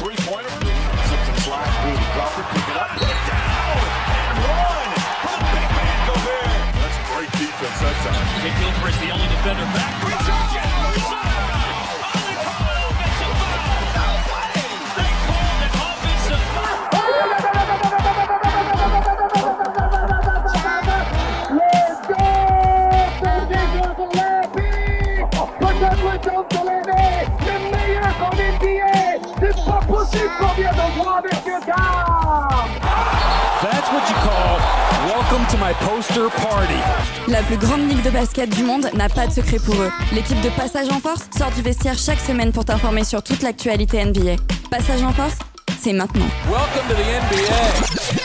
three pointer. Simpson slides through to Crawford. Pick it up. Put it down. And one. For the big man Gobert. That's great defense that time. Nick Cooper is the only defender back. Resurgent. That's what you call welcome to my poster party. La plus grande ligue de basket du monde n'a pas de secret pour eux. L'équipe de Passage en Force sort du vestiaire chaque semaine pour t'informer sur toute l'actualité NBA. Passage en Force, c'est maintenant. Welcome to the NBA.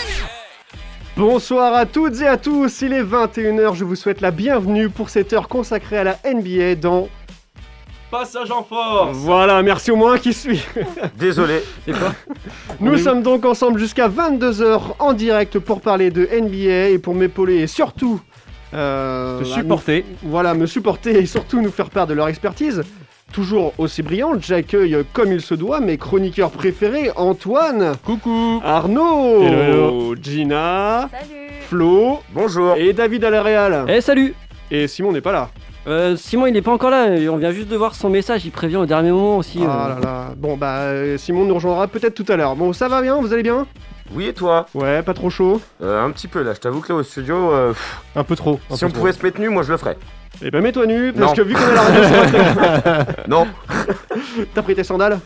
Bonsoir à toutes et à tous, il est 21h, je vous souhaite la bienvenue pour cette heure consacrée à la NBA dans... Passage en force Voilà, merci au moins qui suit. Désolé. Nous sommes donc ensemble jusqu'à 22h en direct pour parler de NBA et pour m'épauler et surtout... euh, Te bah, supporter. nous- voilà, me supporter et surtout nous faire part de leur expertise. Toujours aussi brillante, j'accueille euh, comme il se doit mes chroniqueurs préférés, Antoine, Coucou Arnaud, Hello, Gina, Salut Flo Bonjour. et David Alareal. Eh salut Et Simon n'est pas là. Euh, Simon il est pas encore là, euh, on vient juste de voir son message, il prévient au dernier moment aussi. Ah euh. là là. Bon bah euh, Simon nous rejoindra peut-être tout à l'heure. Bon ça va bien, vous allez bien Oui et toi Ouais, pas trop chaud. Euh, Un petit peu là, je t'avoue que là au studio, euh, pff, Un peu trop. si on pouvait se mettre nu, moi je le ferais. Eh ben mets-toi nu, parce Non. que vu qu'on est à la radio, c'est vrai Non que- t'as pris tes sandales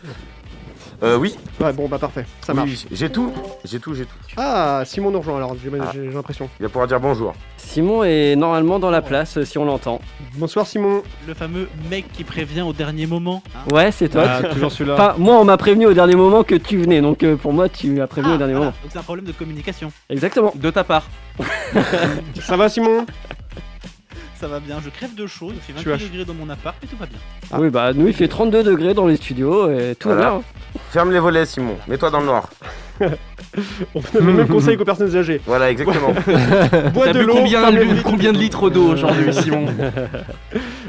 Euh oui, Ouais bon bah parfait, ça oui, marche. oui, j'ai tout, j'ai tout, j'ai tout. Ah Simon nous rejoint alors, j'ai Ah. j'ai l'impression. Il va pouvoir dire bonjour. Simon est normalement dans la place euh, si on l'entend. Bonsoir Simon. Le fameux mec qui prévient au dernier moment. hein. Ouais c'est toi. tu- Ah, toujours celui-là. Enfin, moi on m'a prévenu au dernier moment que tu venais, donc euh, pour moi tu m'as prévenu Ah, au dernier voilà. moment. Donc c'est un problème de communication. Exactement. De ta part. Ça va Simon Ça va bien, je crève de chaud, il fait Tu as 28 degrés dans mon appart, mais tout va bien. Ah. Oui bah nous il fait 32 degrés dans les studios et tout Voilà. va bien. hein. Ferme les volets Simon, mets-toi dans le noir. On fait le même conseil qu'aux personnes âgées. Voilà, exactement. Bois T'as de bu l'eau, combien, ferme les bu vitres. combien de litres d'eau aujourd'hui, Simon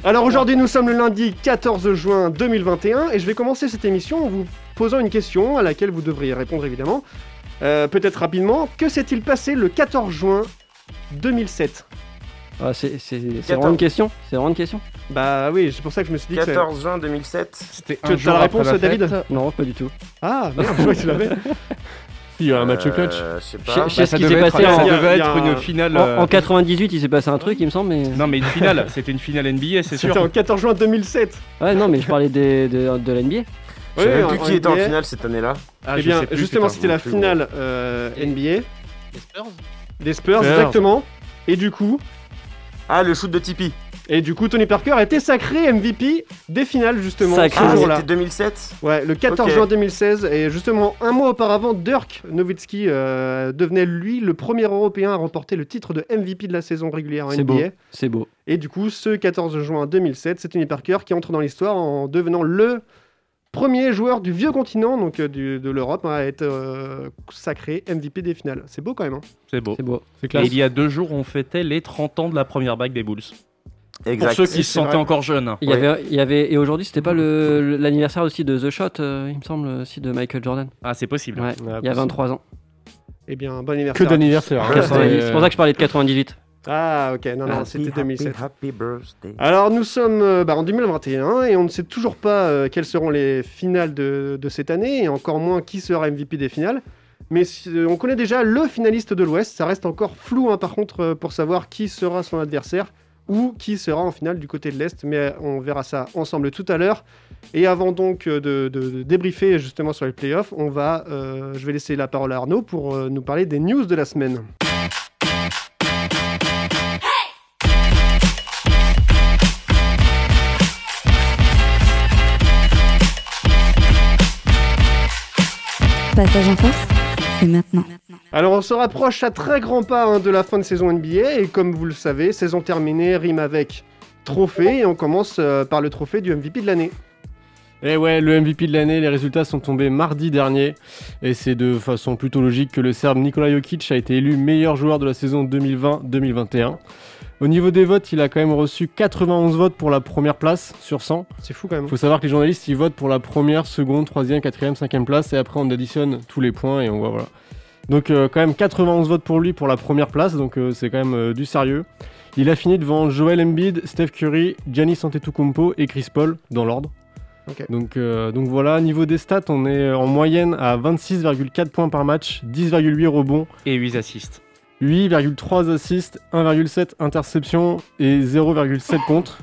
Alors aujourd'hui nous sommes le lundi 14 juin 2021 et je vais commencer cette émission en vous posant une question à laquelle vous devriez répondre évidemment. Euh, Peut-être rapidement, que s'est-il passé le 14 juin 2007 Ah, c'est c'est- c'est 14. vraiment une question. C'est vraiment une question. Bah oui, c'est pour ça que je me suis dit que ça- 14 juin 2007. C'était Tu as la réponse, David Non pas du tout. Ah merde, je vois que tu l'avais. Bah, Il y a un match Euh, clutch. Je sais Je- pas. je- sais ce qui s'est devait être- passé hein. ça en- devait Il y a être un- une finale. En, euh, en 98 il s'est passé un truc il me semble mais... Non, mais une finale. C'était une finale NBA, c'est sûr. C'était en 14 juin 2007. Ouais non mais je parlais des- de, de l'NBA. Je sais même plus en qui était en NBA. finale cette année-là. Ah, eh je bien, sais plus, justement, putain. c'était la je sais plus, finale euh, NBA Les Spurs des Spurs, Spurs. exactement. Et du coup, Ah, le shoot de Tipeee. et du coup, Tony Parker était sacré MVP des finales justement Sacré. ce Ah, jour-là. c'était 2007 Ouais, le 14 Ok. juin 2016, et justement un mois auparavant, Dirk Nowitzki euh, devenait lui le premier Européen à remporter le titre de MVP de la saison régulière en C'est NBA. beau. C'est beau. Et du coup, ce 14 juin 2007, c'est Tony Parker qui entre dans l'histoire en devenant le premier joueur du vieux continent, donc euh, du- de l'Europe, hein, à être euh, sacré MVP des finales. C'est beau quand même. hein. C'est beau. C'est beau. C'est classe. Et il y a deux jours, on fêtait les 30 ans de la première bague des Bulls. Pour Exact. ceux qui se C'est vrai. sentaient encore jeunes. Il y, Ouais. avait, il y avait, et aujourd'hui, c'était pas le- le- l'anniversaire aussi de The Shot, euh, il me semble, aussi de Michael Jordan. Ah, c'est possible. Ouais, Ouais, il y a 23 ans. Eh bien, bon anniversaire. Que d'anniversaire. hein. Ouais, C'est- Ah, C'est pour ça que je parlais de 98. Ah, ok, non, non, Ah, c'était 2007. Happy birthday. Mm. Alors nous sommes euh, bah, en 2021 et on ne sait toujours pas euh, quelles seront les finales de, de cette année et encore moins qui sera MVP des finales. Mais si- euh, on connaît déjà le finaliste de l'Ouest, ça reste encore flou hein, par contre euh, pour savoir qui sera son adversaire ou qui sera en finale du côté de l'Est, mais euh, on verra ça ensemble tout à l'heure. Et avant donc euh, de, de- de débriefer justement sur les playoffs, on va, euh, je vais laisser la parole à Arnaud pour euh, nous parler des news de la semaine. Passage en Force, c'est maintenant. Alors on se rapproche à très grands pas hein, de la fin de saison NBA et comme vous le savez, saison terminée rime avec trophée et on commence euh, par le trophée du MVP de l'année. Et Eh ouais, le MVP de l'année, les résultats sont tombés mardi dernier. Et c'est de façon plutôt logique que le Serbe Nikola Jokic a été élu meilleur joueur de la saison 2020-2021. Au niveau des votes, il a quand même reçu 91 votes pour la première place sur 100. C'est fou quand même. Faut savoir que les journalistes ils votent pour la première, seconde, troisième, quatrième, cinquième place et après on additionne tous les points et on voit voilà. Donc euh, quand même 91 votes pour lui pour la première place, donc euh, c'est quand même euh, du sérieux. Il a fini devant Joel Embiid, Steph Curry, Giannis Antetokounmpo et Chris Paul dans l'ordre. Ok. Donc, euh, donc voilà, niveau des stats, on est euh, en moyenne à 26,4 points par match, 10,8 rebonds, Et 8 assists. 8,3 assists, 1,7 interceptions et 0,7 contre.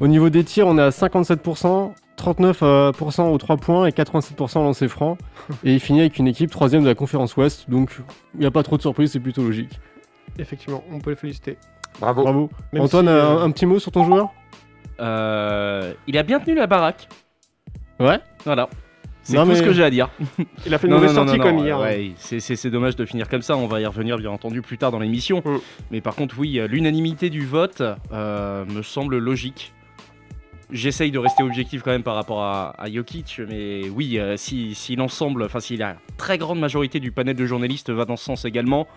Au niveau des tirs, on est à 57%, 39% euh, pourcent aux 3 points et 87% au lancer franc. Et il finit avec une équipe 3 de la conférence Ouest, donc il n'y a pas trop de surprises, c'est plutôt logique. Effectivement, on peut le féliciter. Bravo. Bravo. Même Antoine, si, euh, un, un petit mot sur ton joueur Euh, il a bien tenu la baraque. Ouais. Voilà. C'est Non, tout ce mais- que j'ai à dire. Il a fait une mauvaise sortie comme hier. hein. ouais, c'est- c'est c'est dommage de finir comme ça. On va y revenir bien entendu plus tard dans l'émission. Mm. Mais par contre, oui, euh, l'unanimité du vote euh, me semble logique. J'essaye de rester objectif quand même par rapport à, à Jokic, mais oui, euh, si, si l'ensemble, enfin si la très grande majorité du panel de journalistes va dans ce sens également,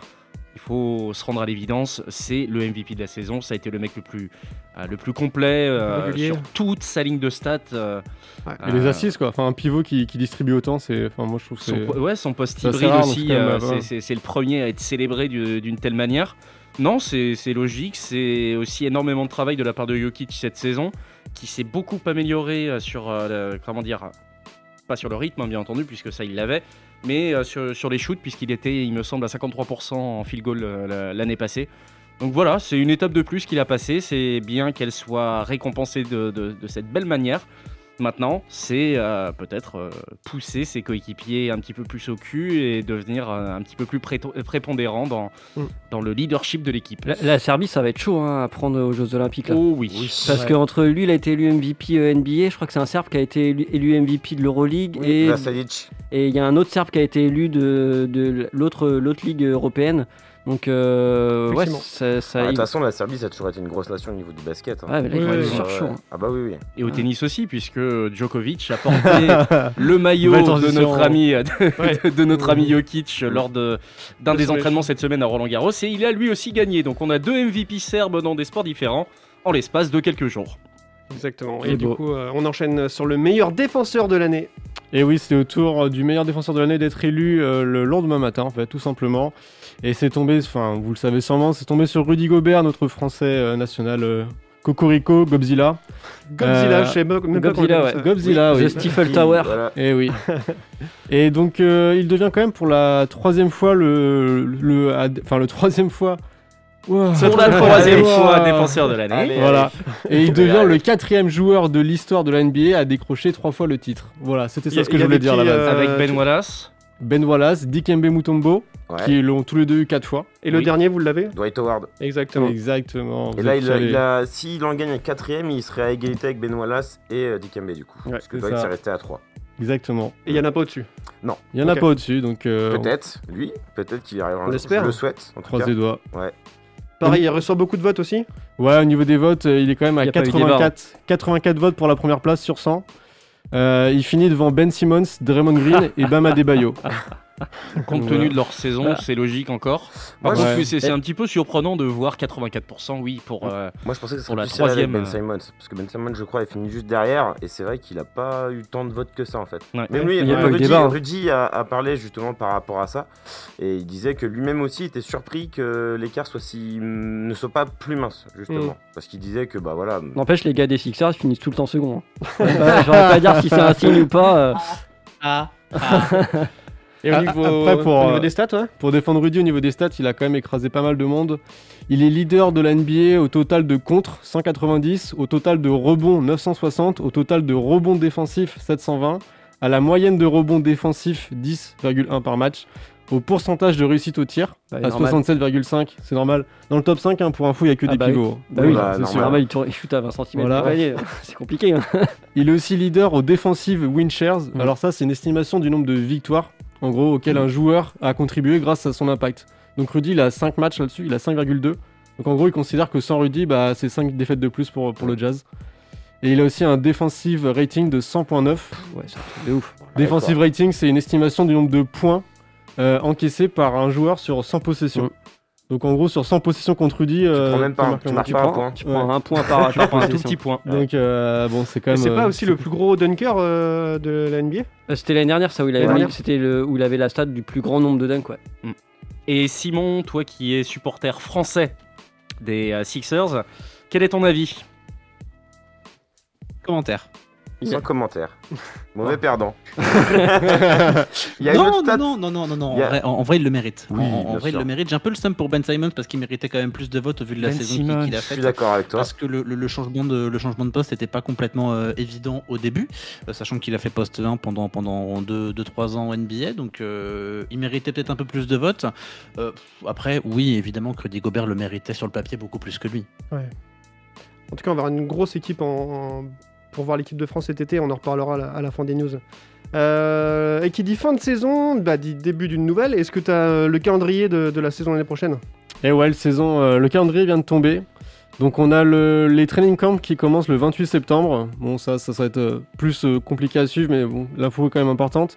il faut se rendre à l'évidence, c'est le MVP de la saison. Ça a été le mec le plus, euh, le plus complet euh, Régulier. sur toute sa ligne de stats. euh, Ouais. Et les euh, assists quoi, enfin un pivot qui, qui distribue autant, c'est, enfin moi je trouve que son, c'est... po- ouais, son poste c'est assez hybride rare, donc aussi, quand même, euh, euh, voilà. c'est- c'est c'est le premier à être célébré du- d'une telle manière. Non, c'est c'est logique, c'est aussi énormément de travail de la part de Jokic cette saison, qui s'est beaucoup amélioré euh, sur, euh, le- comment dire, pas sur le rythme hein, bien entendu, puisque ça il l'avait, mais euh, sur, sur les shoots, puisqu'il était, il me semble, à 53% en field goal euh, la- l'année passée. Donc voilà, c'est une étape de plus qu'il a passée, c'est bien qu'elle soit récompensée de- de- de cette belle manière. Maintenant, c'est euh, peut-être euh, pousser ses coéquipiers un petit peu plus au cul et devenir euh, un petit peu plus préto- euh, prépondérant dans, Mm. dans le leadership de l'équipe. La, la Serbie, ça va être chaud hein, à prendre aux Jeux Olympiques. Là. Oh oui. Parce que entre lui, il a été élu MVP euh, NBA, je crois que c'est un Serbe qui a été élu, élu MVP de l'Euroleague, et Vasalic. et il y a un autre Serbe qui a été élu de, de l'autre l'autre ligue européenne. Donc euh, ouais, Effectivement. ça, Ah, ça De toute façon, la Serbie, ça a toujours été une grosse nation au niveau du basket. hein. Ouais, mais là, Oui, il va oui, être oui. sur chaud. hein. Ah bah oui, oui. Et au tennis aussi, puisque Djokovic a porté le maillot Belle de transition. notre ami, euh, de, Ouais. de notre ami Jokic lors de- d'un Le des soleil. entraînements cette semaine à Roland Garros et il a lui aussi gagné. Donc on a deux MVP serbes dans des sports différents en l'espace de quelques jours. Exactement. C'est Et du beau. coup, euh, on enchaîne sur le meilleur défenseur de l'année. Et oui, c'était au tour euh, du meilleur défenseur de l'année d'être élu euh, le lendemain matin, en fait, tout simplement. Et c'est tombé, enfin, vous le savez sûrement, c'est tombé sur Rudy Gobert, notre français euh, national euh, Cocorico, Gobzilla. Godzilla, Euh, je sais pas- même pas Godzilla, comment on ouais. dit ça. Gobzilla, oui. The Stifle Tower. Voilà. Et oui. Et donc, euh, il devient quand même pour la troisième fois le. le ad- Enfin, le troisième fois. Ouah. Pour la Allez, troisième fois ouah. défenseur de l'année. Allez, Voilà. Et il devient Allez. le quatrième joueur de l'histoire de la NBA à décrocher trois fois le titre. Voilà, c'était Y a- ça ce que y je a voulais des dire à la petits, base. euh, Avec tu- Ben Wallace. Ben Wallace, Dikembe Mutombo, Ouais. qui l'ont tous les deux eu quatre fois. Et le Oui. dernier, vous l'avez Dwight Howard. Exactement. Exactement. Et vous là, êtes il a, calés. il a- s'il en gagne un quatrième, il serait à égalité avec Ben Wallace et euh, Dikembe du coup. Ouais, Parce que c'est Dwight ça. s'est resté à 3. Exactement. Et il y en a pas au-dessus. Il n'y en a Ok. pas au-dessus, donc euh, on Peut-être, lui, peut-être qu'il y arrivera. On un jour. l'espère. Je hein. le souhaite, en tout croise cas. les doigts. Pareil, il reçoit beaucoup de votes aussi. Ouais, au niveau des votes, euh, il est quand même Il y à a pas eu de hein. 84, 84 votes pour la première place sur 100. Euh, il finit devant Ben Simmons, Draymond Green et Bam Adebayo. Compte Ouais. tenu de leur saison, c'est logique encore. Moi, Par Ouais. contre, oui, c'est c'est un petit peu surprenant de voir 84%, oui, pour. euh, je- moi, je pensais que ce Pour serait la plus serré avec troisième, Ben euh. Simons. Parce que Ben Simons, je crois, est fini juste derrière. Et c'est vrai qu'il a pas eu tant de votes que ça en fait. Ouais. Même lui, Il y a même pas eu Rudy, débat, hein. Rudy a, a parlé justement par rapport à ça. Et il disait que lui-même aussi était surpris que l'écart soit si... ne soit pas plus mince, justement. Parce qu'il disait que, bah voilà. Mm. N'empêche, les gars des Sixers, ils finissent tout le temps second. Hein. Je vais pas- je vais pas dire si c'est un signe ou pas. euh. Ah, ah. Et Ah, au niveau, après, pour, au niveau euh, des stats, ouais Pour défendre Rudy, au niveau des stats, il a quand même écrasé pas mal de monde. Il est leader de la NBA au total de contre 190, au total de rebonds 960, au total de rebonds défensifs 720, à la moyenne de rebonds défensifs 10,1 par match, au pourcentage de réussite au tir Bah, à normal. 67,5, c'est normal. Dans le top 5, hein, pour info, il n'y a que Ah des bah oui. pivots. hein. Bah oui, Bah, c'est normal. c'est sûr. normal, il, tourne- il shoot à 20 cm. Voilà. C'est compliqué. hein. Il est aussi leader aux défensives win shares. Mm. Alors ça, c'est une estimation du nombre de victoires, en gros, auquel un joueur a contribué grâce à son impact. Donc Rudy, il a 5 matchs là-dessus, il a 5,2. Donc en gros, il considère que sans Rudy, bah, c'est 5 défaites de plus pour, pour le Jazz. Et il a aussi un defensive rating de 100.9. Ouais, c'est un truc de ouf. Defensive rating, c'est une estimation du nombre de points euh, encaissés par un joueur sur 100 possessions. Mm. Donc en gros, sur 100 possessions contre euh, 10, Euh, prends même pas un- tu marques Tu pas un prends, point. hein. tu prends un point par, Tu vas par prendre un tout possession. petit point. Donc euh, bon, c'est quand Et même. c'est pas euh, aussi le plus gros dunker euh, de la NBA Euh, C'était l'année dernière, ça, où il avait, L'année mis- c'était le, où il avait la stat du plus grand nombre de dunks, ouais. Et Simon, toi qui es supporter français des euh, Sixers, quel est ton avis Commentaire. Sans commentaire. Mauvais perdant. Il y a une non, autre stat. non, non, non, non, non, Il y a- En, vrai, en- en vrai, il le mérite. Oui, En- en bien vrai, il sûr. le mérite. J'ai un peu le seum pour Ben Simons parce qu'il méritait quand même plus de votes au vu de la Ben saison Simmons, qu'il- qu'il a Je suis faite. d'accord avec toi. Parce que le, le- le changement de, le changement de poste n'était pas complètement euh, évident au début, euh, sachant qu'il a fait poste 1 pendant 2-3 pendant deux- deux, trois ans en NBA, donc euh, il méritait peut-être un peu plus de votes. Euh, pff, après, oui, évidemment que Rudy Gobert le méritait sur le papier beaucoup plus que lui. En tout cas, on va avoir une grosse équipe en- en- pour voir l'équipe de France cet été. On en reparlera à la, à la fin des news. Euh, et qui dit fin de saison, bah, dit début d'une nouvelle. Est-ce que tu as le calendrier de, de la saison l'année prochaine Et ouais, le, saison, euh, le calendrier vient de tomber. Donc on a le- les training camps qui commencent le 28 septembre. Bon, ça, ça, ça va être euh, plus euh, compliqué à suivre, mais bon, l'info est quand même importante.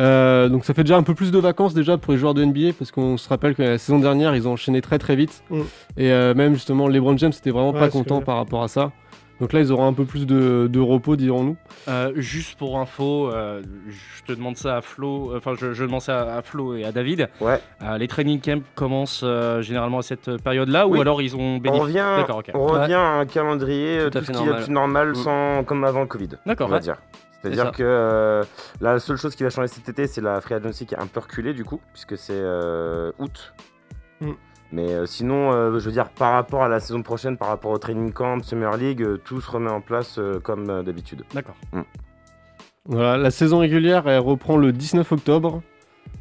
Euh, donc ça fait déjà un peu plus de vacances déjà pour les joueurs de NBA, parce qu'on se rappelle que la saison dernière, ils ont enchaîné très très vite. Mm. Et euh, même justement, LeBron James n'était vraiment Ouais, pas c'est content vrai. par rapport à ça. Donc là, ils auront un peu plus de, de repos, dirons-nous. Euh, Juste pour info, euh, je te demande ça à Flo, enfin je, je demande ça à Flo et à David. Ouais. Euh, les training camps commencent euh, généralement à cette période-là Oui. ou alors ils ont On bénéficié. revient, D'accord, ok. on revient à un calendrier euh, Tout tout, à ce fait qui est normal. plus normal, Mm. sans, comme avant le Covid. D'accord, on va ouais. dire. ça. C'est-à-dire que euh, la seule chose qui va changer cet été, c'est la free agency qui est un peu reculée du coup, puisque c'est euh, août. Mm. Mais euh, sinon, euh, je veux dire, par rapport à la saison prochaine, par rapport au training camp, Summer League, euh, tout se remet en place euh, comme euh, d'habitude. D'accord. Voilà, la saison régulière, elle reprend le 19 octobre.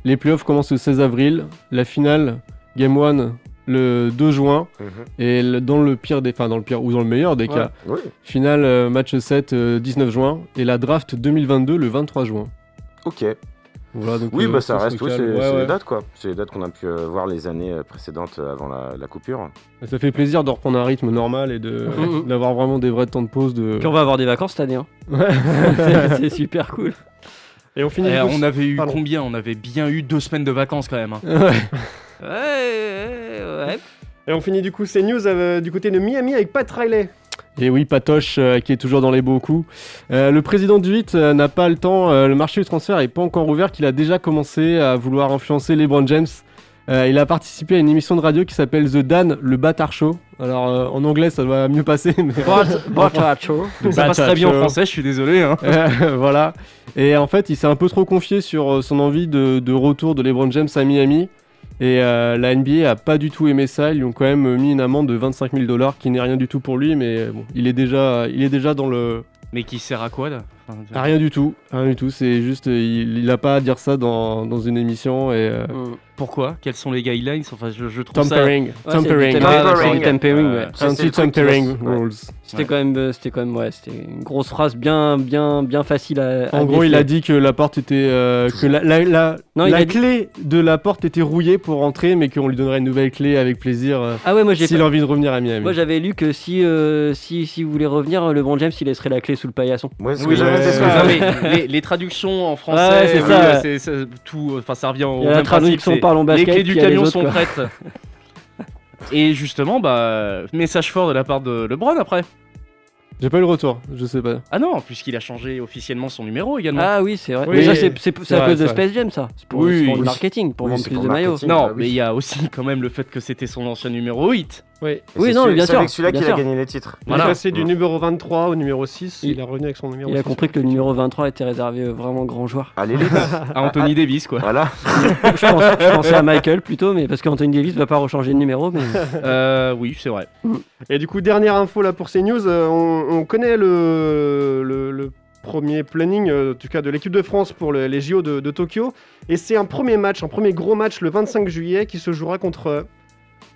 Les playoffs commencent le 16 avril. La finale, Game 1, le 2 juin. Mhm. Et le- dans le pire des, enfin dans le pire ou dans le meilleur des Ouais. cas, Oui, finale euh, match 7 euh, 19 juin et la draft 2022 le 23 juin. ok. Voilà, donc, Oui, euh, bah ça sur reste, ce oui, c'est cal- ouais, c'est ouais. les dates quoi. C'est les dates qu'on a pu euh, voir les années euh, précédentes euh, avant la, la coupure. Ça fait plaisir de reprendre un rythme normal et de Mhm. d'avoir vraiment des vrais temps de pause de. Puis on va avoir des vacances cette année. hein. Ouais. c'est c'est super cool. Et on finit. Eh, du coup- on avait eu Pardon. combien On avait bien eu deux semaines de vacances quand même. hein. Ouais. Ouais, ouais, ouais. Et on finit du coup ces news euh, du côté de Miami avec Pat Riley. Et oui, Patoche euh, qui est toujours dans les beaux coups. Euh, le président du 8 euh, n'a pas le temps, euh, le marché du transfert n'est pas encore ouvert, qu'il a déjà commencé à vouloir influencer LeBron James. Euh, il a participé à une émission de radio qui s'appelle The Dan, le bâtard show. Alors euh, en anglais ça va mieux passer, mais... Ça passe très bien en Batacho. français, je suis désolé. hein. Euh, voilà. Et en fait, il s'est un peu trop confié sur euh, son envie de, de retour de LeBron James à Miami. Et euh, la NBA a pas du tout aimé ça. Ils lui ont quand même euh, mis une amende de 25 000 dollars, qui n'est rien du tout pour lui, mais euh, bon, il est déjà, il est déjà dans le. Mais qui sert à quoi là Enfin, Ah, rien du tout, rien du tout. C'est juste, euh, il, il a pas à dire ça dans, dans une émission et. euh, Pourquoi Quelles sont les guidelines Enfin, je, je trouve ça. Euh, Tampering, tampering, Tampering. Tempering, Ouais. ouais. Tu sais, Ah, c'est le truc qui anti-tampering reste- ouais. rules. C'était quand même, euh, c'était quand même, ouais, c'était une grosse phrase bien, bien, bien facile à. à En gros, il déceler. a dit que la porte était euh, que la, la, la- Non, il la a dit- clé de la porte était rouillée pour entrer, mais qu'on lui donnerait une nouvelle clé avec plaisir euh, Ah ouais, moi j'ai. s'il pas- a envie de revenir à Miami. Moi j'avais lu que si, euh, si, si vous voulez revenir, euh, LeBron James il laisserait la clé sous le paillasson. Ouais, c'est Oui, ce que j'avais ouais, ouais, fait, ouais. ça. Non, mais les, les traductions en français, Ouais, c'est euh, ça. c'est- c'est- tout, euh, enfin ça revient au Il y a même la principe, traduction c'est- par l'on Les basket, clés du puis il y a les camion autres, sont quoi. prêtes. Et justement, bah, message fort de la part de LeBron après. J'ai pas eu le retour, je sais pas. Ah non, puisqu'il a changé officiellement son numéro également. Ah oui, c'est vrai. Oui. Mais ça, c'est- c'est c'est à vrai, cause de c'est vrai. Space Jam, ça. C'est pour, Oui, c'est pour oui. le marketing, pour Oui, vendre c'est plus pour de le maillots. marketing. non, bah oui. mais il y a aussi quand même le fait que c'était son ancien numéro 8. Et Oui, c'est non, celui- bien c'est sûr, avec celui-là bien qu'il a sûr. gagné les titres. Il Voilà. est passé du Mm. numéro 23 au numéro 6. Il, Il- est revenu avec son numéro Il a 6. compris que le numéro 23 était réservé euh, vraiment grand joueur. Allez, les Ah, À Anthony Davis, quoi. Voilà. je, pense- je pensais à Michael plutôt, mais parce qu'Anthony Davis va pas rechanger de numéro. Mais... Euh, oui, c'est vrai. Mm. Et du coup, dernière info là pour ces news, euh, on, on connaît le, le- le premier planning, euh, en tout cas de l'équipe de France pour le- les JO de, de Tokyo. Et c'est un premier match, un premier gros match le 25 juillet qui se jouera contre euh,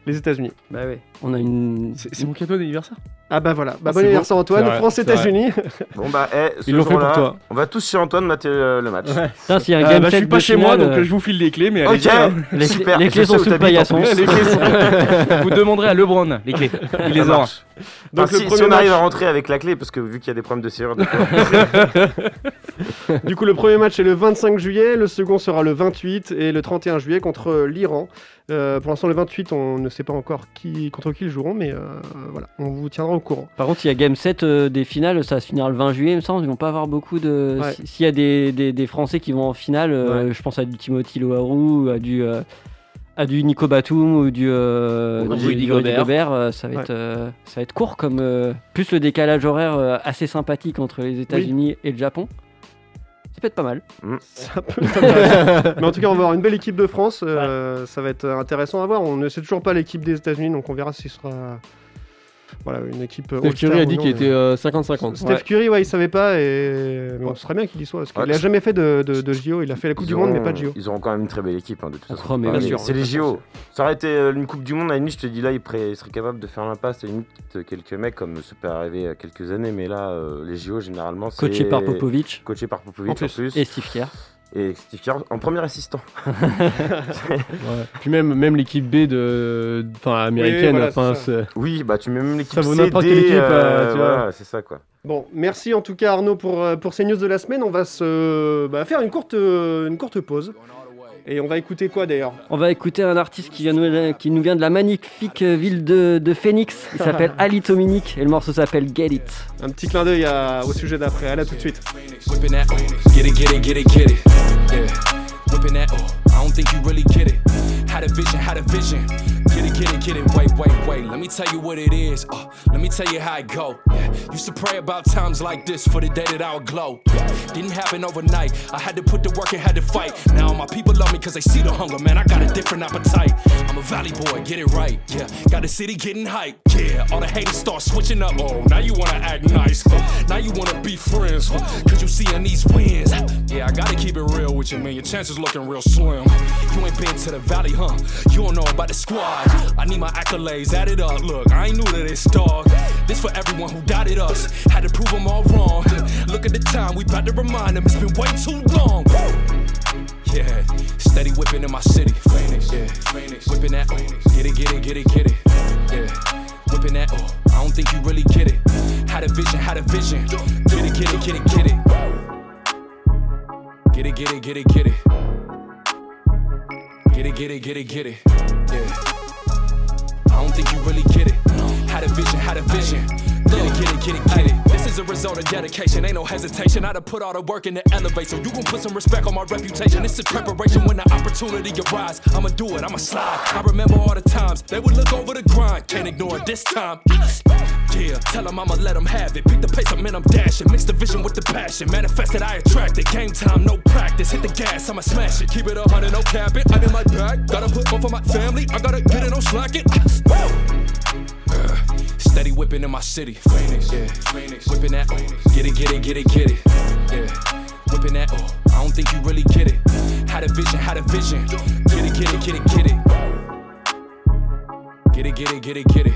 les États-Unis. Bah oui. On a une. C'est c'est mon cadeau d'anniversaire Ah bah voilà, bah, Ah, bon c'est beau. anniversaire Antoine, C'est vrai, c'est France-États-Unis. Bon bah, eh, ce Ils l'ont fait pour jour-là, toi. on va tous chez Antoine mater euh, le match. Putain, s'il y a un Euh, game bah, je set suis pas de chez moi, finale, donc euh, je vous file les clés, mais Ok, allez-y, hein. les clés- super. les je sais clés sont hein. où sous le t'habites, en plus. paillasson. Les clés sont- vous demanderez à Lebron les clés. Il les Ça aura. marche. Donc Enfin, si, le si premier on arrive à match- rentrer avec la clé, parce que vu qu'il y a des problèmes de serrure, donc, euh, Du coup, le premier match est le 25 juillet, le second sera le 28 et le 31 juillet contre euh, l'Iran. Euh, pour l'instant, le 28, on ne sait pas encore qui, contre qui ils joueront, mais euh, voilà, on vous tiendra au courant. Par contre, s'il y a game 7 euh, des finales, ça se finira le 20 juillet, il me semble. Ils vont pas avoir beaucoup de. Ouais. si- S'il y a des, des- des Français qui vont en finale, euh, je pense à du Timothy Loharu, à du, euh, à du Nico Batum ou du, euh, Ou du- du du Rudy Gobert. euh, ça, va Ouais. être, euh, ça va être court, comme euh, plus le décalage horaire euh, assez sympathique entre les États-Unis et le Japon. Ça peut être pas mal. Mm. Ça peut être intéressant. Mais en tout cas, on va avoir une belle équipe de France. euh, Ça va être euh, intéressant à voir. On ne sait toujours pas l'équipe des États-Unis, donc on verra si ce sera voilà, une équipe. euh, Steph All-Star Curry a ou dit non, qu'il mais- était euh, 50-50. Steph Curry, ouais, il savait pas. Et... Mais on serait bien qu'il y soit. Parce qu'il Ouais. a jamais fait de, de- de JO. Il a fait la Coupe ils du Monde, mais auront- pas de JO. Ils auront quand même une très belle équipe, hein, de toute On façon. croit, mais Enfin, bien mais sûr, c'est bien les sûr. JO. Ça aurait été euh, une Coupe du Monde, à la limite, je te dis là, ils, pré- ils seraient capables de faire l'impasse, à la limite, euh, quelques mecs, comme ça peut arriver il y a quelques années, mais là, euh, les JO, généralement, c'est. Coaché par Popovic Coaché par Popovic, En en plus. plus. et Steve Kerr. Et Steve Kerr en premier assistant. Ouais. Puis même, même l'équipe B de, enfin, Oui, américaine. voilà, enfin, c'est c'est- Oui, bah tu mets même l'équipe Ça vaut CD, n'importe quelle équipe, euh, tu vois. voilà, c'est ça quoi. Bon, merci en tout cas Arnaud pour, euh, pour ces news de la semaine. On va se bah, faire une courte, euh, une courte pause. Et on va écouter quoi d'ailleurs On va écouter un artiste qui, vient nous, qui nous vient de la magnifique ville de, de Phoenix. Il s'appelle Ali Dominique et le morceau s'appelle Get It. Un petit clin d'œil à- au sujet d'après. Allez, à tout de suite. Whipping that, oh, get it, get it, get it, get it. Yeah. Whipping that, oh, I don't think you really get it. Had a vision, had a vision. Get it, get it, get it. Wait, wait, wait. Let me tell you what it is. Uh, let me tell you how it go. Yeah. Used to pray about times like this for the day that I would glow. Yeah. Didn't happen overnight. I had to put the work and had to fight. Now my people love me because they see the hunger, man. I got a different appetite. I'm a valley boy, get it right. Yeah. Got the city getting hype. Yeah. All the haters start switching up. Oh, now you wanna act nice. huh? Now you wanna be friends. huh? Cause you seeing these wins. Yeah, I gotta keep it real with you, man. Your chances looking real slim. You ain't been to the valley, huh? You don't know about the squad. I need my accolades added up. Look, I ain't new to this dog. This for everyone who doubted us. Had to prove them all wrong. Look at the time, we bout to remind them it's been way too long. Yeah, steady whipping in my city. Phoenix, yeah. Phoenix. Whipping that, oh, get it, get it, get it, get it. Yeah. Whipping that, oh, I don't think you really get it. Had a vision, had a vision. Get it, get it, get it, get it. Get it, get it, get it, get it. Get it, get it, get it, get it. Yeah. I don't think you really get it. Had a vision, had a vision. Get it, get it, get it, get it. This is a result of dedication, ain't no hesitation. I done put all the work in the elevator. You gon' put some respect on my reputation. This is preparation when the opportunity arrives. I'ma do it, I'ma slide. I remember all the times they would look over the grind. Can't ignore it this time. Yeah, tell them I'ma let them have it. Pick the pace up, man, I'm dashing. Mix the vision with the passion. Manifested, I attract it. Game time, no practice. Hit the gas, I'ma smash it. Keep it up, hundred, no cap it. I need my back. Gotta put one for my family. I gotta get it, don't slack it. Uh, steady whipping in my city. Phoenix, yeah. Phoenix. Whipping that, oh, get it, get it, get it, get it. Yeah. Whipping that, oh, I don't think you really get it. Had a vision, had a vision. Get it, get it, get it, get it. Get it, get it, get it, get it.